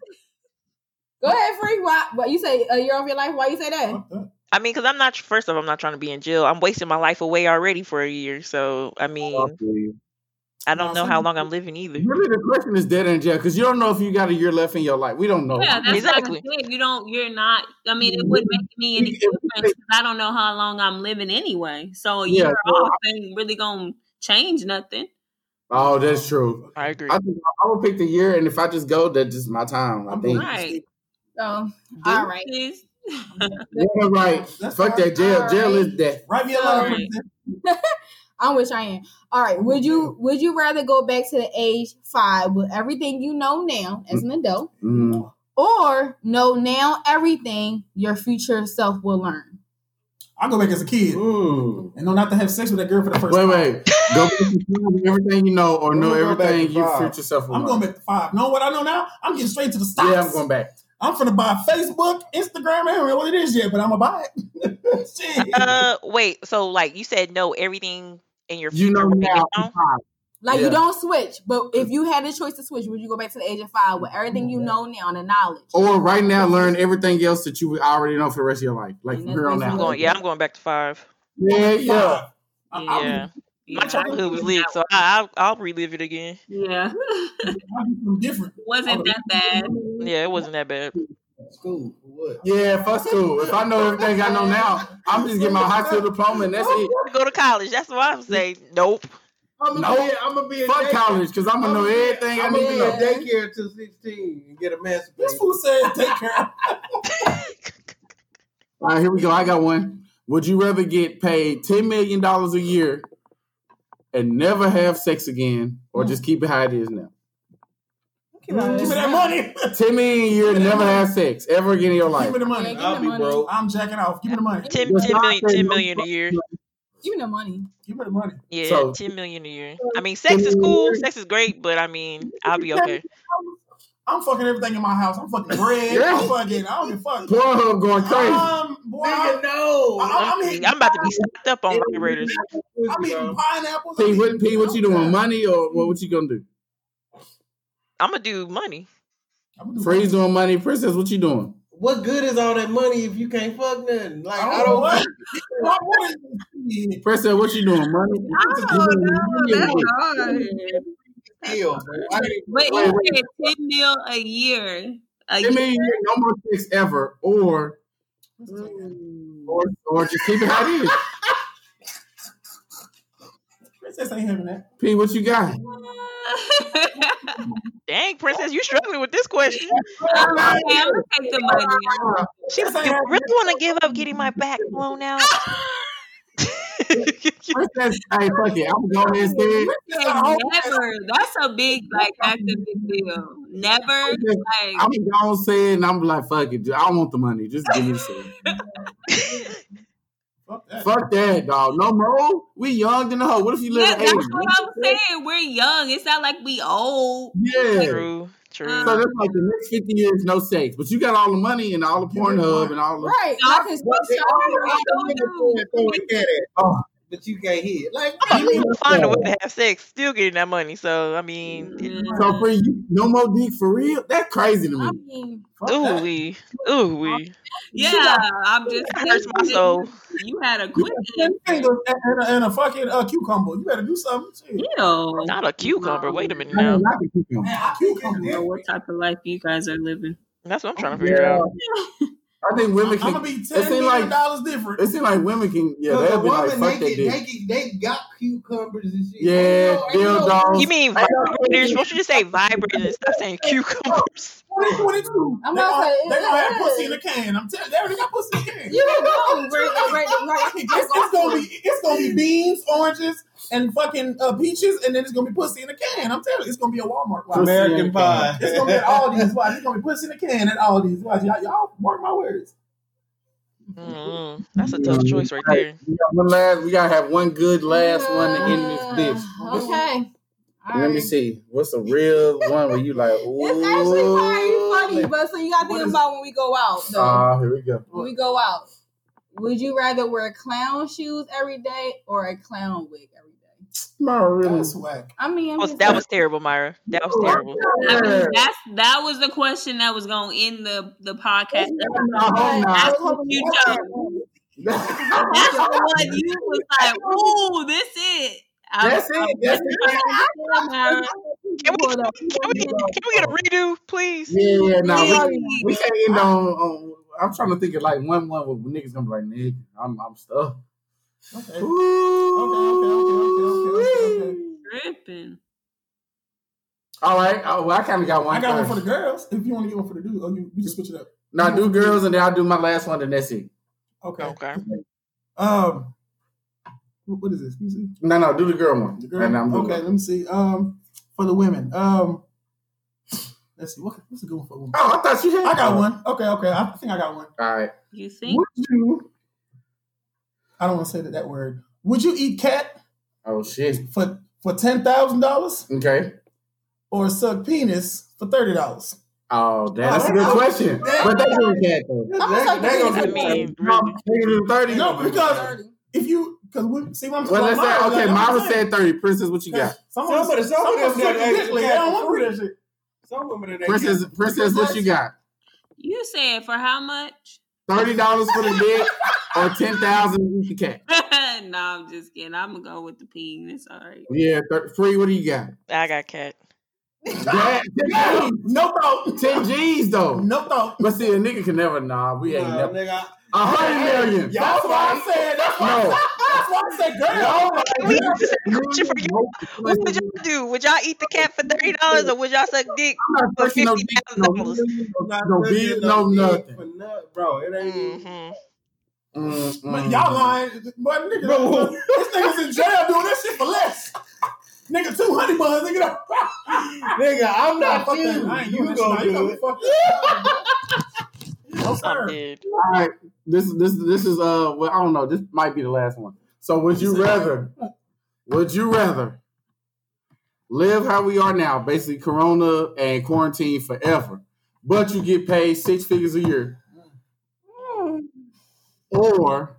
Speaker 1: Go ahead, free. Why? What you say? A year off your life? Why you say that?
Speaker 6: Fuck that.
Speaker 5: I mean, because I'm not. First off, I'm not trying to be in jail. I'm wasting my life away already for a year. So I mean, I
Speaker 6: Nah,
Speaker 5: don't know
Speaker 6: some
Speaker 5: how long I'm living either.
Speaker 4: Really, the question is dead in jail because you don't know if you got a year left in your life. We don't know.
Speaker 2: Yeah, that's
Speaker 5: Exactly.
Speaker 2: what I'm saying. You don't. You're not. I mean, it wouldn't make me any
Speaker 4: If you
Speaker 2: difference because I don't know how long I'm living anyway. So a
Speaker 4: Yeah,
Speaker 2: year
Speaker 4: so
Speaker 2: off ain't really gonna change nothing.
Speaker 4: Oh, that's true.
Speaker 5: I agree.
Speaker 4: I think I would pick the year, and if I just go, that's just my time. I
Speaker 6: I'm
Speaker 4: think.
Speaker 6: going to
Speaker 2: Right.
Speaker 6: sleep.
Speaker 1: So, all right.
Speaker 2: It's-
Speaker 4: Yeah, right.
Speaker 6: That's
Speaker 4: Fuck that jail.
Speaker 1: All
Speaker 4: Jail
Speaker 1: right.
Speaker 4: is death.
Speaker 6: Write me a letter.
Speaker 2: Alright.
Speaker 6: Princess.
Speaker 1: I wish I am. All right. Would you Would you rather go back to the age five with everything you know now as an adult,
Speaker 4: Mm.
Speaker 1: or know now everything your future self will learn?
Speaker 6: I'll go back as a kid
Speaker 4: Ooh.
Speaker 6: and know not to have sex with that girl for the first
Speaker 4: Wait,
Speaker 6: time.
Speaker 4: wait. Go back to five, everything you know, or
Speaker 7: I'm
Speaker 4: know
Speaker 7: gonna go back
Speaker 4: everything
Speaker 7: to
Speaker 4: your
Speaker 7: five.
Speaker 4: future self. will
Speaker 6: I'm going
Speaker 4: learn.
Speaker 6: back to five. Know what I know now? I'm getting straight to the stocks.
Speaker 4: Yeah, I'm going back.
Speaker 6: I'm finna buy Facebook, Instagram. I don't know what it is yet, but I'm gonna buy it. Shit.
Speaker 5: Uh, wait. So like you said, no, everything in your
Speaker 4: You
Speaker 5: future
Speaker 4: know
Speaker 5: right
Speaker 4: now.
Speaker 5: now?
Speaker 1: Like
Speaker 4: Yeah.
Speaker 1: you don't switch, but if you had a choice to switch, would you go back to the age of five with everything you know now and the knowledge?
Speaker 4: Or right now, learn everything else that you already know for the rest of your life, like from here on
Speaker 5: I'm
Speaker 1: Yeah.
Speaker 4: out.
Speaker 5: going. Yeah, I'm going back to five.
Speaker 4: Yeah, yeah.
Speaker 6: Five. I- I'll be-
Speaker 5: Yeah, my
Speaker 2: yeah,
Speaker 5: childhood was lit, so I, I'll, I'll relive it again.
Speaker 2: yeah.
Speaker 6: I'll be something different.
Speaker 2: Wasn't that bad?
Speaker 5: Mm-hmm. Yeah, it wasn't that bad.
Speaker 3: School for what?
Speaker 4: Yeah, fuck school. If I know everything I know now, I'm just getting my high school diploma and that's it.
Speaker 5: Go to college. That's what I'm saying. Nope.
Speaker 3: I'm
Speaker 4: Nope.
Speaker 3: gonna be, I'm gonna be in
Speaker 4: Fuck
Speaker 3: daycare.
Speaker 4: college, because I'm gonna know everything I
Speaker 3: I'm
Speaker 4: need
Speaker 3: gonna
Speaker 4: to
Speaker 3: be in
Speaker 4: know.
Speaker 3: daycare until 16 and get emancipated.
Speaker 6: This fool said take care.
Speaker 4: All right, here we go. I got one. Would you rather get paid ten million dollars a year and never have sex again, or just keep it how it is now?
Speaker 6: Give me that money.
Speaker 4: Ten million a year, never have sex ever again in your
Speaker 6: Give
Speaker 4: life.
Speaker 6: me the
Speaker 1: Yeah,
Speaker 6: money.
Speaker 1: give
Speaker 3: I'll
Speaker 1: me
Speaker 3: be
Speaker 1: the money.
Speaker 3: broke.
Speaker 6: I'm jacking off. Give me the money.
Speaker 5: 10,
Speaker 4: That's
Speaker 5: 10
Speaker 4: not
Speaker 5: million,
Speaker 4: fair,
Speaker 5: 10
Speaker 4: no
Speaker 5: million a year.
Speaker 1: Give me the money.
Speaker 6: Give me the money.
Speaker 5: Yeah,
Speaker 4: So-
Speaker 5: 10 million a year. I mean, sex is cool. Sex is great, but I mean, I'll be okay.
Speaker 6: I'm fucking everything in my house. I'm fucking bread. I'm fucking. I don't give a fuck.
Speaker 4: Pornhub going crazy.
Speaker 6: Um, boy,
Speaker 3: Nigga,
Speaker 6: I'm,
Speaker 3: no.
Speaker 4: Oh,
Speaker 6: I-
Speaker 5: I'm,
Speaker 6: I'm eating,
Speaker 5: I'm about to be stocked up on vibrators.
Speaker 6: I'm eating pineapples.
Speaker 4: P,
Speaker 6: I'm
Speaker 4: what,
Speaker 6: eating-
Speaker 4: P, what you doing? Money or what? What you gonna do?
Speaker 5: I'm gonna do money.
Speaker 6: I'm gonna do-
Speaker 4: Freeze doing money, princess. What you doing?
Speaker 3: What good is all that money if you can't fuck nothing? Like
Speaker 6: I
Speaker 3: I
Speaker 6: don't
Speaker 3: don't.
Speaker 6: what?
Speaker 3: I want to
Speaker 4: Princess, what you doing? Money.
Speaker 2: Oh no, that's hard.
Speaker 3: deal. I ain't
Speaker 2: But
Speaker 4: Wait,
Speaker 2: you
Speaker 4: wait.
Speaker 2: said ten mil a year. A
Speaker 4: Ten
Speaker 2: year.
Speaker 4: million a year, no more sex ever, or or or just keep it how it is.
Speaker 6: Princess ain't having that.
Speaker 4: P, what you got?
Speaker 5: Dang, princess, you struggling with this question.
Speaker 2: Oh, okay, I'm gonna take the money.
Speaker 5: She
Speaker 6: Princess ain't
Speaker 5: you
Speaker 6: having
Speaker 5: really
Speaker 6: that.
Speaker 5: want to give up getting my back blown out?
Speaker 4: Princess, hey, fuck it. I'm going instead.
Speaker 2: You said never. That's a big like that's a big deal. Never like
Speaker 4: I'm going say it, and I'm like, fuck it. dude. I don't want the money. Just give me the shit.
Speaker 6: Fuck that.
Speaker 4: fuck that, dog. No more. We young than the hoe. What if you
Speaker 2: Yeah,
Speaker 4: live
Speaker 2: that's
Speaker 4: in 80?
Speaker 2: what I'm saying. We're young. It's not like we old.
Speaker 4: Yeah.
Speaker 5: true, true.
Speaker 4: So that's like the next 50 years, no sex. But you got all the money and all the Pornhub and all the.
Speaker 1: Right.
Speaker 2: Y'all-
Speaker 1: Like his
Speaker 3: But they all
Speaker 2: I
Speaker 3: the
Speaker 2: don't
Speaker 3: niggas
Speaker 2: know.
Speaker 3: said throwing cat at,
Speaker 4: Oh,
Speaker 3: but you can't hit. Like
Speaker 5: I'm about
Speaker 4: you
Speaker 5: to
Speaker 4: know
Speaker 5: find a way
Speaker 4: that.
Speaker 5: to have sex, still getting that money. So I mean,
Speaker 4: So for you, no more dick for real? That's crazy to
Speaker 1: I
Speaker 4: me.
Speaker 1: mean,
Speaker 5: ooh wee, ooh wee,
Speaker 2: Yeah, I'm just
Speaker 5: that hurts my soul.
Speaker 2: You had a quick
Speaker 6: Ten
Speaker 2: answer.
Speaker 6: fingers and, and, a, and a fucking uh, cucumber. You better do something. Shit.
Speaker 2: Ew.
Speaker 5: Not a cucumber. Wait a minute
Speaker 4: I
Speaker 5: now.
Speaker 4: mean, I can keep them.
Speaker 6: Man, I
Speaker 2: I don't
Speaker 6: cucumber.
Speaker 2: know what type of life you guys are living.
Speaker 5: That's what I'm trying to figure
Speaker 4: Yeah.
Speaker 5: out.
Speaker 4: I think women
Speaker 6: I'm
Speaker 4: can.
Speaker 6: gonna be
Speaker 4: It
Speaker 6: ten
Speaker 4: seems
Speaker 6: million
Speaker 4: like
Speaker 6: dollars different.
Speaker 4: it seems like women can. Yeah,
Speaker 3: Cause
Speaker 4: they'll
Speaker 3: a
Speaker 4: be like,
Speaker 3: woman,
Speaker 4: fuck
Speaker 3: they,
Speaker 4: that
Speaker 3: can, they,
Speaker 4: dick.
Speaker 3: can, they got cucumbers and shit.
Speaker 4: Yeah,
Speaker 3: Ain't no- ain't no-
Speaker 4: dildos.
Speaker 5: You mean vibrators? Won't you just say vibrators and stop saying cucumbers?
Speaker 6: 2022.
Speaker 1: I'm
Speaker 6: they
Speaker 1: about to
Speaker 6: gonna,
Speaker 1: say,
Speaker 6: they gonna have
Speaker 1: yeah.
Speaker 6: pussy in a can. I'm telling. They already got pussy in a can.
Speaker 1: you don't know. Oh, Right, right, right. I can
Speaker 6: It's,
Speaker 1: guess
Speaker 6: it's
Speaker 1: off.
Speaker 6: gonna be it's gonna be beans, oranges, and fucking uh, peaches, and then it's gonna be pussy in a can. I'm telling you, it's gonna be a Walmart. Watch.
Speaker 3: American Pie.
Speaker 6: It's gonna be at Aldi's. Watch. It's gonna be pussy in a can at Aldi's. Watch. Y'all, y'all mark my words.
Speaker 5: Mm-mm. That's a tough choice right there.
Speaker 4: We got one last. We gotta have one good last one to end this bitch.
Speaker 1: Uh, Okay. All
Speaker 4: Let me
Speaker 1: right.
Speaker 4: see. What's a real one where you like? Ooh,
Speaker 1: It's actually probably funny, but so you gotta
Speaker 6: What
Speaker 1: think
Speaker 6: is-
Speaker 1: about when we go out though.
Speaker 4: Ah, here we go.
Speaker 1: when we go out. Would you rather wear clown shoes every day or a clown wig every day?
Speaker 4: No, really.
Speaker 6: That's whack.
Speaker 1: I mean, I'm
Speaker 5: Oh,
Speaker 1: just
Speaker 5: that was terrible, Myra. That was terrible.
Speaker 2: I mean, that's that was the question that was going to end the the podcast.
Speaker 4: No, I'm not.
Speaker 2: That's what you chose. That's the one you was like, "Ooh, this it." I
Speaker 4: That's
Speaker 2: was
Speaker 4: it. That's
Speaker 2: like,
Speaker 4: it.
Speaker 2: "Damn, Myra."
Speaker 5: Can we, can we, can we get a redo, please?
Speaker 4: Yeah, yeah. No,
Speaker 2: Yeah.
Speaker 4: we we can't end on. on I'm trying to think of like one one where niggas gonna be like, nigga, I'm I'm stuck.
Speaker 6: Okay.
Speaker 4: Ooh.
Speaker 6: okay, okay, okay, okay, okay, okay.
Speaker 2: Tripping.
Speaker 4: All right. Oh, well, I kind of got one.
Speaker 6: I got one
Speaker 4: first.
Speaker 6: for the girls. If you want to get one for the dude, oh, you, you just switch it up.
Speaker 4: No, I do girls, and then I'll do my last one, and that's it.
Speaker 6: Okay.
Speaker 5: Okay.
Speaker 6: Um, what what is this? Let me see.
Speaker 4: No, no, do the girl one.
Speaker 6: The girl.
Speaker 4: And I'm
Speaker 6: okay, let me see. Um, for the women. Um, let's see. What, what's a good one for women?
Speaker 4: Oh, I thought you had.
Speaker 6: I got one. Okay, okay. I think I got one.
Speaker 4: All right.
Speaker 2: You think?
Speaker 6: Would you? I don't want to say that, that word. Would you eat cat
Speaker 4: Oh shit.
Speaker 6: for for ten thousand dollars
Speaker 4: Okay.
Speaker 6: or suck penis for thirty dollars?
Speaker 4: Oh, damn, that's a
Speaker 6: Oh,
Speaker 4: good
Speaker 6: that-
Speaker 4: question.
Speaker 6: that-
Speaker 4: But that's what we had though.
Speaker 6: They,
Speaker 1: gonna suck
Speaker 6: they
Speaker 1: penis
Speaker 6: gonna
Speaker 5: I
Speaker 6: get
Speaker 1: for
Speaker 6: that.
Speaker 5: mean, really.
Speaker 4: Nigga do thirty.
Speaker 6: No, because
Speaker 1: Thirty.
Speaker 6: if you because see what I'm
Speaker 4: Well, let's
Speaker 6: like,
Speaker 4: say
Speaker 6: Myra,
Speaker 4: okay.
Speaker 6: like, I'm
Speaker 4: Mama
Speaker 6: saying,
Speaker 4: said thirty. Princess, what you got?
Speaker 6: Someone,
Speaker 3: Somebody-
Speaker 6: someone,
Speaker 3: somebody
Speaker 6: someone
Speaker 3: else got
Speaker 6: suck
Speaker 3: to
Speaker 6: your dick
Speaker 3: actually
Speaker 6: like, I
Speaker 3: have
Speaker 6: don't
Speaker 3: it
Speaker 6: want to do that shit.
Speaker 3: Some women in
Speaker 4: Princess, Princess, what you got?
Speaker 2: You said for how much?
Speaker 4: Thirty dollars for the dick or ten thousand eat the cat?
Speaker 2: no, I'm just kidding. I'm gonna go with the penis. All right.
Speaker 4: Yeah, thir- free. What do you got?
Speaker 5: I got cat.
Speaker 4: That,
Speaker 6: Yeah, no thought.
Speaker 4: Ten G's though.
Speaker 6: No thought.
Speaker 4: But see, a nigga can never. Nah, we ain't
Speaker 3: Nah,
Speaker 4: never.
Speaker 3: nigga.
Speaker 4: A hundred million.
Speaker 6: Yeah, that's why I'm saying. That's why.
Speaker 4: No.
Speaker 6: That's why I said, girl.
Speaker 5: Wait, this is a question for you. What would y'all do? Would y'all eat the cat for thirty dollars, or would y'all suck dick
Speaker 4: I'm not
Speaker 5: for
Speaker 4: touching no
Speaker 5: fifty
Speaker 4: dick, no
Speaker 5: thousand dollars?
Speaker 4: million, no-
Speaker 3: Not
Speaker 4: no
Speaker 3: touching
Speaker 4: bills, no
Speaker 3: dick
Speaker 4: nothing.
Speaker 3: for nut- Bro, it ain't.
Speaker 5: Mm-hmm.
Speaker 4: Mm,
Speaker 6: But
Speaker 4: mm.
Speaker 6: y'all lying. But nigga,
Speaker 3: Bro.
Speaker 6: this nigga's in jail doing that shit for less. Nigga, two hundred bucks. Nigga,
Speaker 3: Nigga, I'm not
Speaker 6: fuck
Speaker 3: you.
Speaker 6: that. I ain't doing
Speaker 3: You
Speaker 6: that shit. I
Speaker 3: gonna
Speaker 6: ain't
Speaker 3: do
Speaker 6: gonna
Speaker 3: it.
Speaker 6: fuck that. No,
Speaker 5: I'm
Speaker 6: sir.
Speaker 5: dead.
Speaker 4: All right, this this this is uh well I don't know this might be the last one. So would you rather? Would you rather live how we are now, basically Corona and quarantine forever, but you get paid six figures a year, or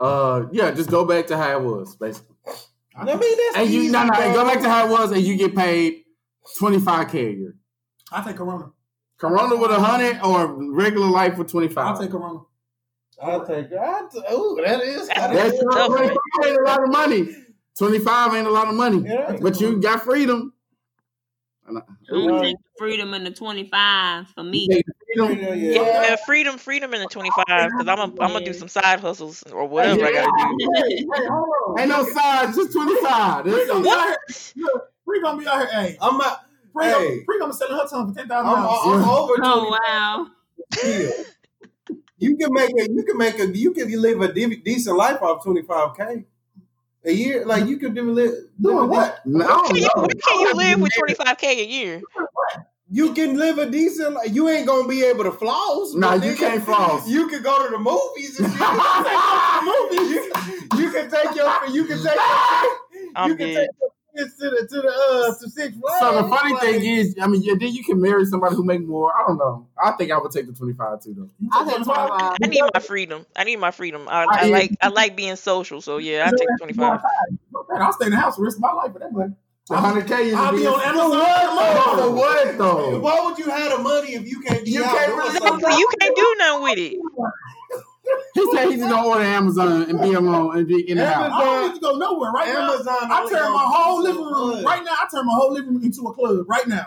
Speaker 4: uh yeah, just go back to how it was basically,
Speaker 3: I mean, that's
Speaker 4: and you
Speaker 3: easy,
Speaker 4: no no and
Speaker 3: bro.
Speaker 4: go back to how it was, and you get paid twenty five k a year.
Speaker 6: I take Corona.
Speaker 4: Corona with a hundred or regular life with twenty
Speaker 6: I'll
Speaker 4: five.
Speaker 6: take Corona.
Speaker 3: I'll take I'll t- Ooh, that is.
Speaker 5: That's-
Speaker 3: that
Speaker 4: That's
Speaker 3: is-
Speaker 5: tough,
Speaker 4: twenty five ain't a lot of money. Twenty five ain't a lot of money,
Speaker 3: Yeah.
Speaker 4: but you got freedom.
Speaker 2: I'm gonna take the freedom and the 25 for
Speaker 4: You
Speaker 2: me.
Speaker 4: take the freedom.
Speaker 3: Yeah,
Speaker 5: Yeah,
Speaker 3: yeah.
Speaker 5: uh, freedom, freedom in the twenty five. Cause I'm a, I'm gonna do some side hustles or whatever I
Speaker 4: Yeah.
Speaker 5: gotta do.
Speaker 4: Ain't no size, just twenty five.
Speaker 6: Free gonna be out
Speaker 5: What?
Speaker 6: here. Look, Free gonna be out here. Hey,
Speaker 3: I'm not.
Speaker 6: Free,
Speaker 3: Hey.
Speaker 6: free gonna be selling her tongue for ten
Speaker 3: I'm,
Speaker 6: thousand dollars.
Speaker 3: I'm, I'm over
Speaker 2: Oh
Speaker 3: 20
Speaker 2: wow.
Speaker 3: kill. You can make a you can make a you can live a de- decent life off twenty five k a year. Like you could do live
Speaker 6: Doing what?
Speaker 4: No,
Speaker 5: Can you,
Speaker 4: no.
Speaker 5: where can you live with twenty five k a year?
Speaker 3: You can live a decent. life. You ain't gonna be able to floss.
Speaker 4: No,
Speaker 3: but
Speaker 4: you
Speaker 3: nigga,
Speaker 4: can't floss.
Speaker 3: You can go to the movies and shit. you, you can take your you can take your,
Speaker 5: I'm
Speaker 3: you can
Speaker 5: dead.
Speaker 3: take your kids to the to the uh to Six Flags.
Speaker 4: So the funny
Speaker 3: Like,
Speaker 4: thing is, I mean, yeah, then you can marry somebody who make more. I don't know. I think I would take the twenty five too, though.
Speaker 6: You
Speaker 1: I
Speaker 6: take
Speaker 1: said
Speaker 6: 25?
Speaker 1: 25.
Speaker 5: I need my freedom. I need my freedom. I, I
Speaker 4: I-
Speaker 5: like I like being social. So yeah, I take twenty five.
Speaker 6: Man, I'll stay in the house the rest of my life for that money.
Speaker 4: The hundred k is.
Speaker 6: I'll be on Amazon.
Speaker 4: So what though?
Speaker 3: why would you have the money if you can't be
Speaker 4: You
Speaker 3: out
Speaker 4: can't
Speaker 3: doing
Speaker 4: really-
Speaker 3: something?
Speaker 5: Exactly. You can't do nothing with it.
Speaker 4: He said he's just gonna order Amazon and be alone and be in the
Speaker 3: Amazon-
Speaker 4: house.
Speaker 6: I don't need to go nowhere right now.
Speaker 3: Amazon.
Speaker 6: I
Speaker 3: only
Speaker 6: turn
Speaker 3: gonna
Speaker 6: my
Speaker 3: do
Speaker 6: whole
Speaker 3: so
Speaker 6: living room
Speaker 3: much.
Speaker 6: right now. I turn my whole living room into a club right now.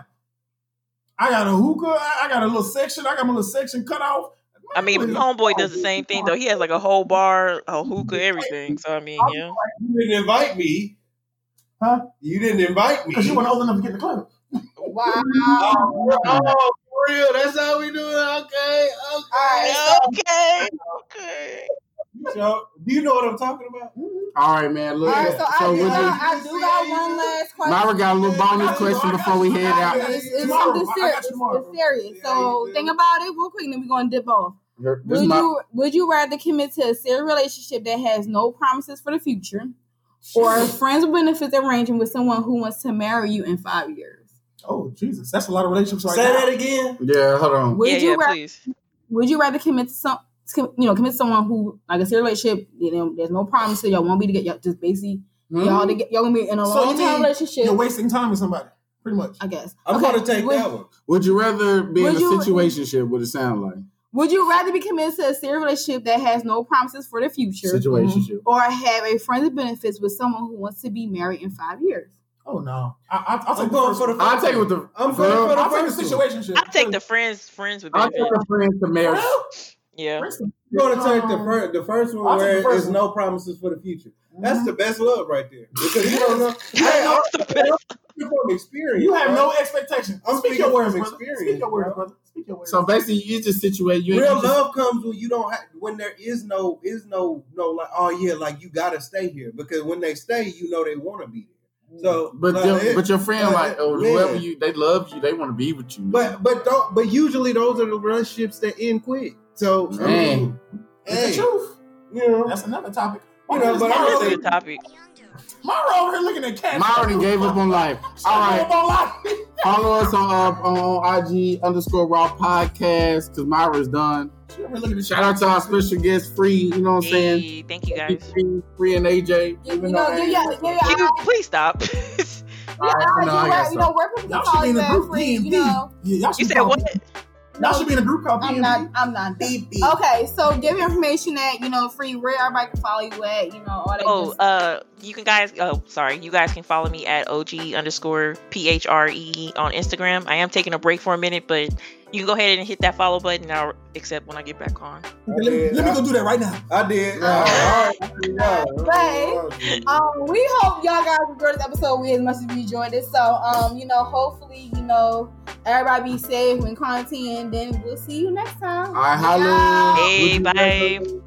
Speaker 6: I got a hookah. I I got a little section. I got my little section cut off.
Speaker 5: I mean,
Speaker 6: Man,
Speaker 5: homeboy does the same thing though. He has like a whole bar, a hookah, everything. So I mean, yeah.
Speaker 3: You didn't invite me.
Speaker 6: Huh?
Speaker 3: You didn't invite me.
Speaker 6: because you want to open up and get in the club.
Speaker 1: Wow.
Speaker 3: Oh, oh, for real? That's how we do it. Okay, okay.
Speaker 5: Okay. Okay.
Speaker 3: So, do you know what I'm talking about?
Speaker 4: All right, man.
Speaker 1: All
Speaker 4: Look.
Speaker 1: right, so, uh, I,
Speaker 4: so
Speaker 1: do
Speaker 4: would you?
Speaker 1: got, I do got one last question.
Speaker 4: Myra got a little bonus question before we head out.
Speaker 1: It's, it's
Speaker 6: Tomorrow.
Speaker 1: something
Speaker 6: I- I
Speaker 1: serious.
Speaker 6: got you
Speaker 1: It's,
Speaker 6: tomorrow.
Speaker 1: serious. So
Speaker 3: Yeah,
Speaker 1: think about it real quick, and then we're gonna dip off.
Speaker 4: This
Speaker 1: Would
Speaker 4: my-
Speaker 1: you would you rather commit to a serious relationship that has no promises for the future, or a friends with benefits arrangement with someone who wants to marry you in five years?
Speaker 6: Oh Jesus, that's a lot of relationships right
Speaker 3: Say
Speaker 6: now.
Speaker 3: that again.
Speaker 4: Yeah, hold on.
Speaker 1: Would
Speaker 5: yeah,
Speaker 1: you
Speaker 5: yeah,
Speaker 1: rather
Speaker 5: please.
Speaker 1: would you rather commit to some you know commit to someone who like a serious relationship? You know, there's no promises. Y'all won't be to get y'all just basically
Speaker 4: Hmm?
Speaker 1: y'all to get, y'all gonna be in a
Speaker 6: So you
Speaker 1: long
Speaker 6: mean
Speaker 1: time relationship.
Speaker 6: You're wasting time with somebody, pretty much.
Speaker 1: I guess.
Speaker 3: I'm
Speaker 1: Okay,
Speaker 3: gonna take
Speaker 1: would,
Speaker 3: that one.
Speaker 4: Would you rather be in
Speaker 1: Would
Speaker 4: a
Speaker 1: you-
Speaker 4: situationship? Would it sound like
Speaker 1: Would you rather be committed to a serious relationship that has no promises for the future,
Speaker 4: situationship?
Speaker 1: or have a friend of benefits with someone who wants to be married in five years?
Speaker 6: Oh no, I, I, I'll take
Speaker 3: I'm
Speaker 6: the
Speaker 3: going
Speaker 6: first
Speaker 3: for the.
Speaker 6: one.
Speaker 4: I'll take it with the.
Speaker 3: I'm
Speaker 4: for real,
Speaker 3: going for the
Speaker 6: I'll take
Speaker 3: first
Speaker 6: the
Speaker 3: one.
Speaker 6: situation.
Speaker 5: I take the friends, friends with
Speaker 4: I'll take
Speaker 5: benefits.
Speaker 4: a friend to marry.
Speaker 5: Yeah.
Speaker 3: I'm gonna take the first, the first one
Speaker 6: I'll take
Speaker 3: where
Speaker 6: the first
Speaker 3: there's
Speaker 6: one.
Speaker 3: no promises for the future.
Speaker 6: Mm-hmm.
Speaker 3: That's the best love right there. Because you don't know. I,
Speaker 5: That's the best.
Speaker 3: I'm from experience.
Speaker 6: You have
Speaker 3: bro.
Speaker 6: no expectation.
Speaker 3: I'm
Speaker 6: Speak
Speaker 3: speaking
Speaker 6: your words,
Speaker 3: from
Speaker 6: brother. Speak
Speaker 3: experience,
Speaker 6: your words,
Speaker 3: bro.
Speaker 6: brother. Speak your words.
Speaker 4: So basically, you just situate you.
Speaker 3: Real
Speaker 4: you just,
Speaker 3: love comes when you don't have when there is no is no no like oh yeah like you gotta stay here because when they stay you know they want to be there. So
Speaker 4: but
Speaker 3: like,
Speaker 4: them-
Speaker 3: it-
Speaker 4: but your friend
Speaker 3: uh,
Speaker 4: like or
Speaker 3: yeah.
Speaker 4: whoever you they love you they want to be with you.
Speaker 3: but but don't but usually those are the relationships that end quick. So I
Speaker 4: Man.
Speaker 3: mean,
Speaker 6: It's
Speaker 3: hey,
Speaker 6: the truth.
Speaker 3: you know,
Speaker 6: That's another topic.
Speaker 3: You know, but I
Speaker 5: That's
Speaker 6: Myra
Speaker 3: really-
Speaker 5: a
Speaker 6: over
Speaker 5: good topic.
Speaker 6: here looking at cats.
Speaker 4: I already gave up on life. All right, follow us on uh, on IG underscore raw podcast because Myra's done.
Speaker 6: She over here looking at
Speaker 4: Shout out to our special guest, free. You know what I'm saying?
Speaker 5: Hey, thank you guys.
Speaker 4: Free, free and AJ.
Speaker 1: You, you
Speaker 4: even
Speaker 1: know,
Speaker 4: though
Speaker 1: give
Speaker 4: they-
Speaker 1: y'all, give y'all,
Speaker 5: You,
Speaker 1: you,
Speaker 5: please stop.
Speaker 4: I know, I
Speaker 1: you,
Speaker 4: got
Speaker 1: you know, where people
Speaker 6: Y'all
Speaker 1: can
Speaker 6: should
Speaker 1: call
Speaker 6: be
Speaker 1: you
Speaker 6: in the
Speaker 1: at
Speaker 6: group
Speaker 1: free,
Speaker 6: DMV.
Speaker 1: you know.
Speaker 6: Yeah, y'all
Speaker 5: you
Speaker 6: should
Speaker 5: said
Speaker 6: call
Speaker 5: what?
Speaker 6: me.
Speaker 7: Y'all should be in a group called
Speaker 1: I'm
Speaker 7: PNB.
Speaker 1: not. I'm not. that.
Speaker 7: BB.
Speaker 1: Okay, so give your information at you know free where everybody can follow you at you know all that.
Speaker 5: Oh,
Speaker 1: good stuff.
Speaker 5: uh, you can guys. Oh, sorry, you guys can follow me at og underscore p h r e on Instagram. I am taking a break for a minute, but you can go ahead and hit that follow button. and I'll accept when I get back on.
Speaker 7: Let me, let me go do that right now.
Speaker 6: I did.
Speaker 1: Um, we hope y'all guys enjoyed this episode. We as much as we enjoyed it. So, um, you know, hopefully, you know, everybody be safe when quarantine. Then we'll see you next time.
Speaker 4: All right, holla.
Speaker 1: Y'all.
Speaker 5: Hey,
Speaker 4: Would you
Speaker 5: bye.
Speaker 4: rather-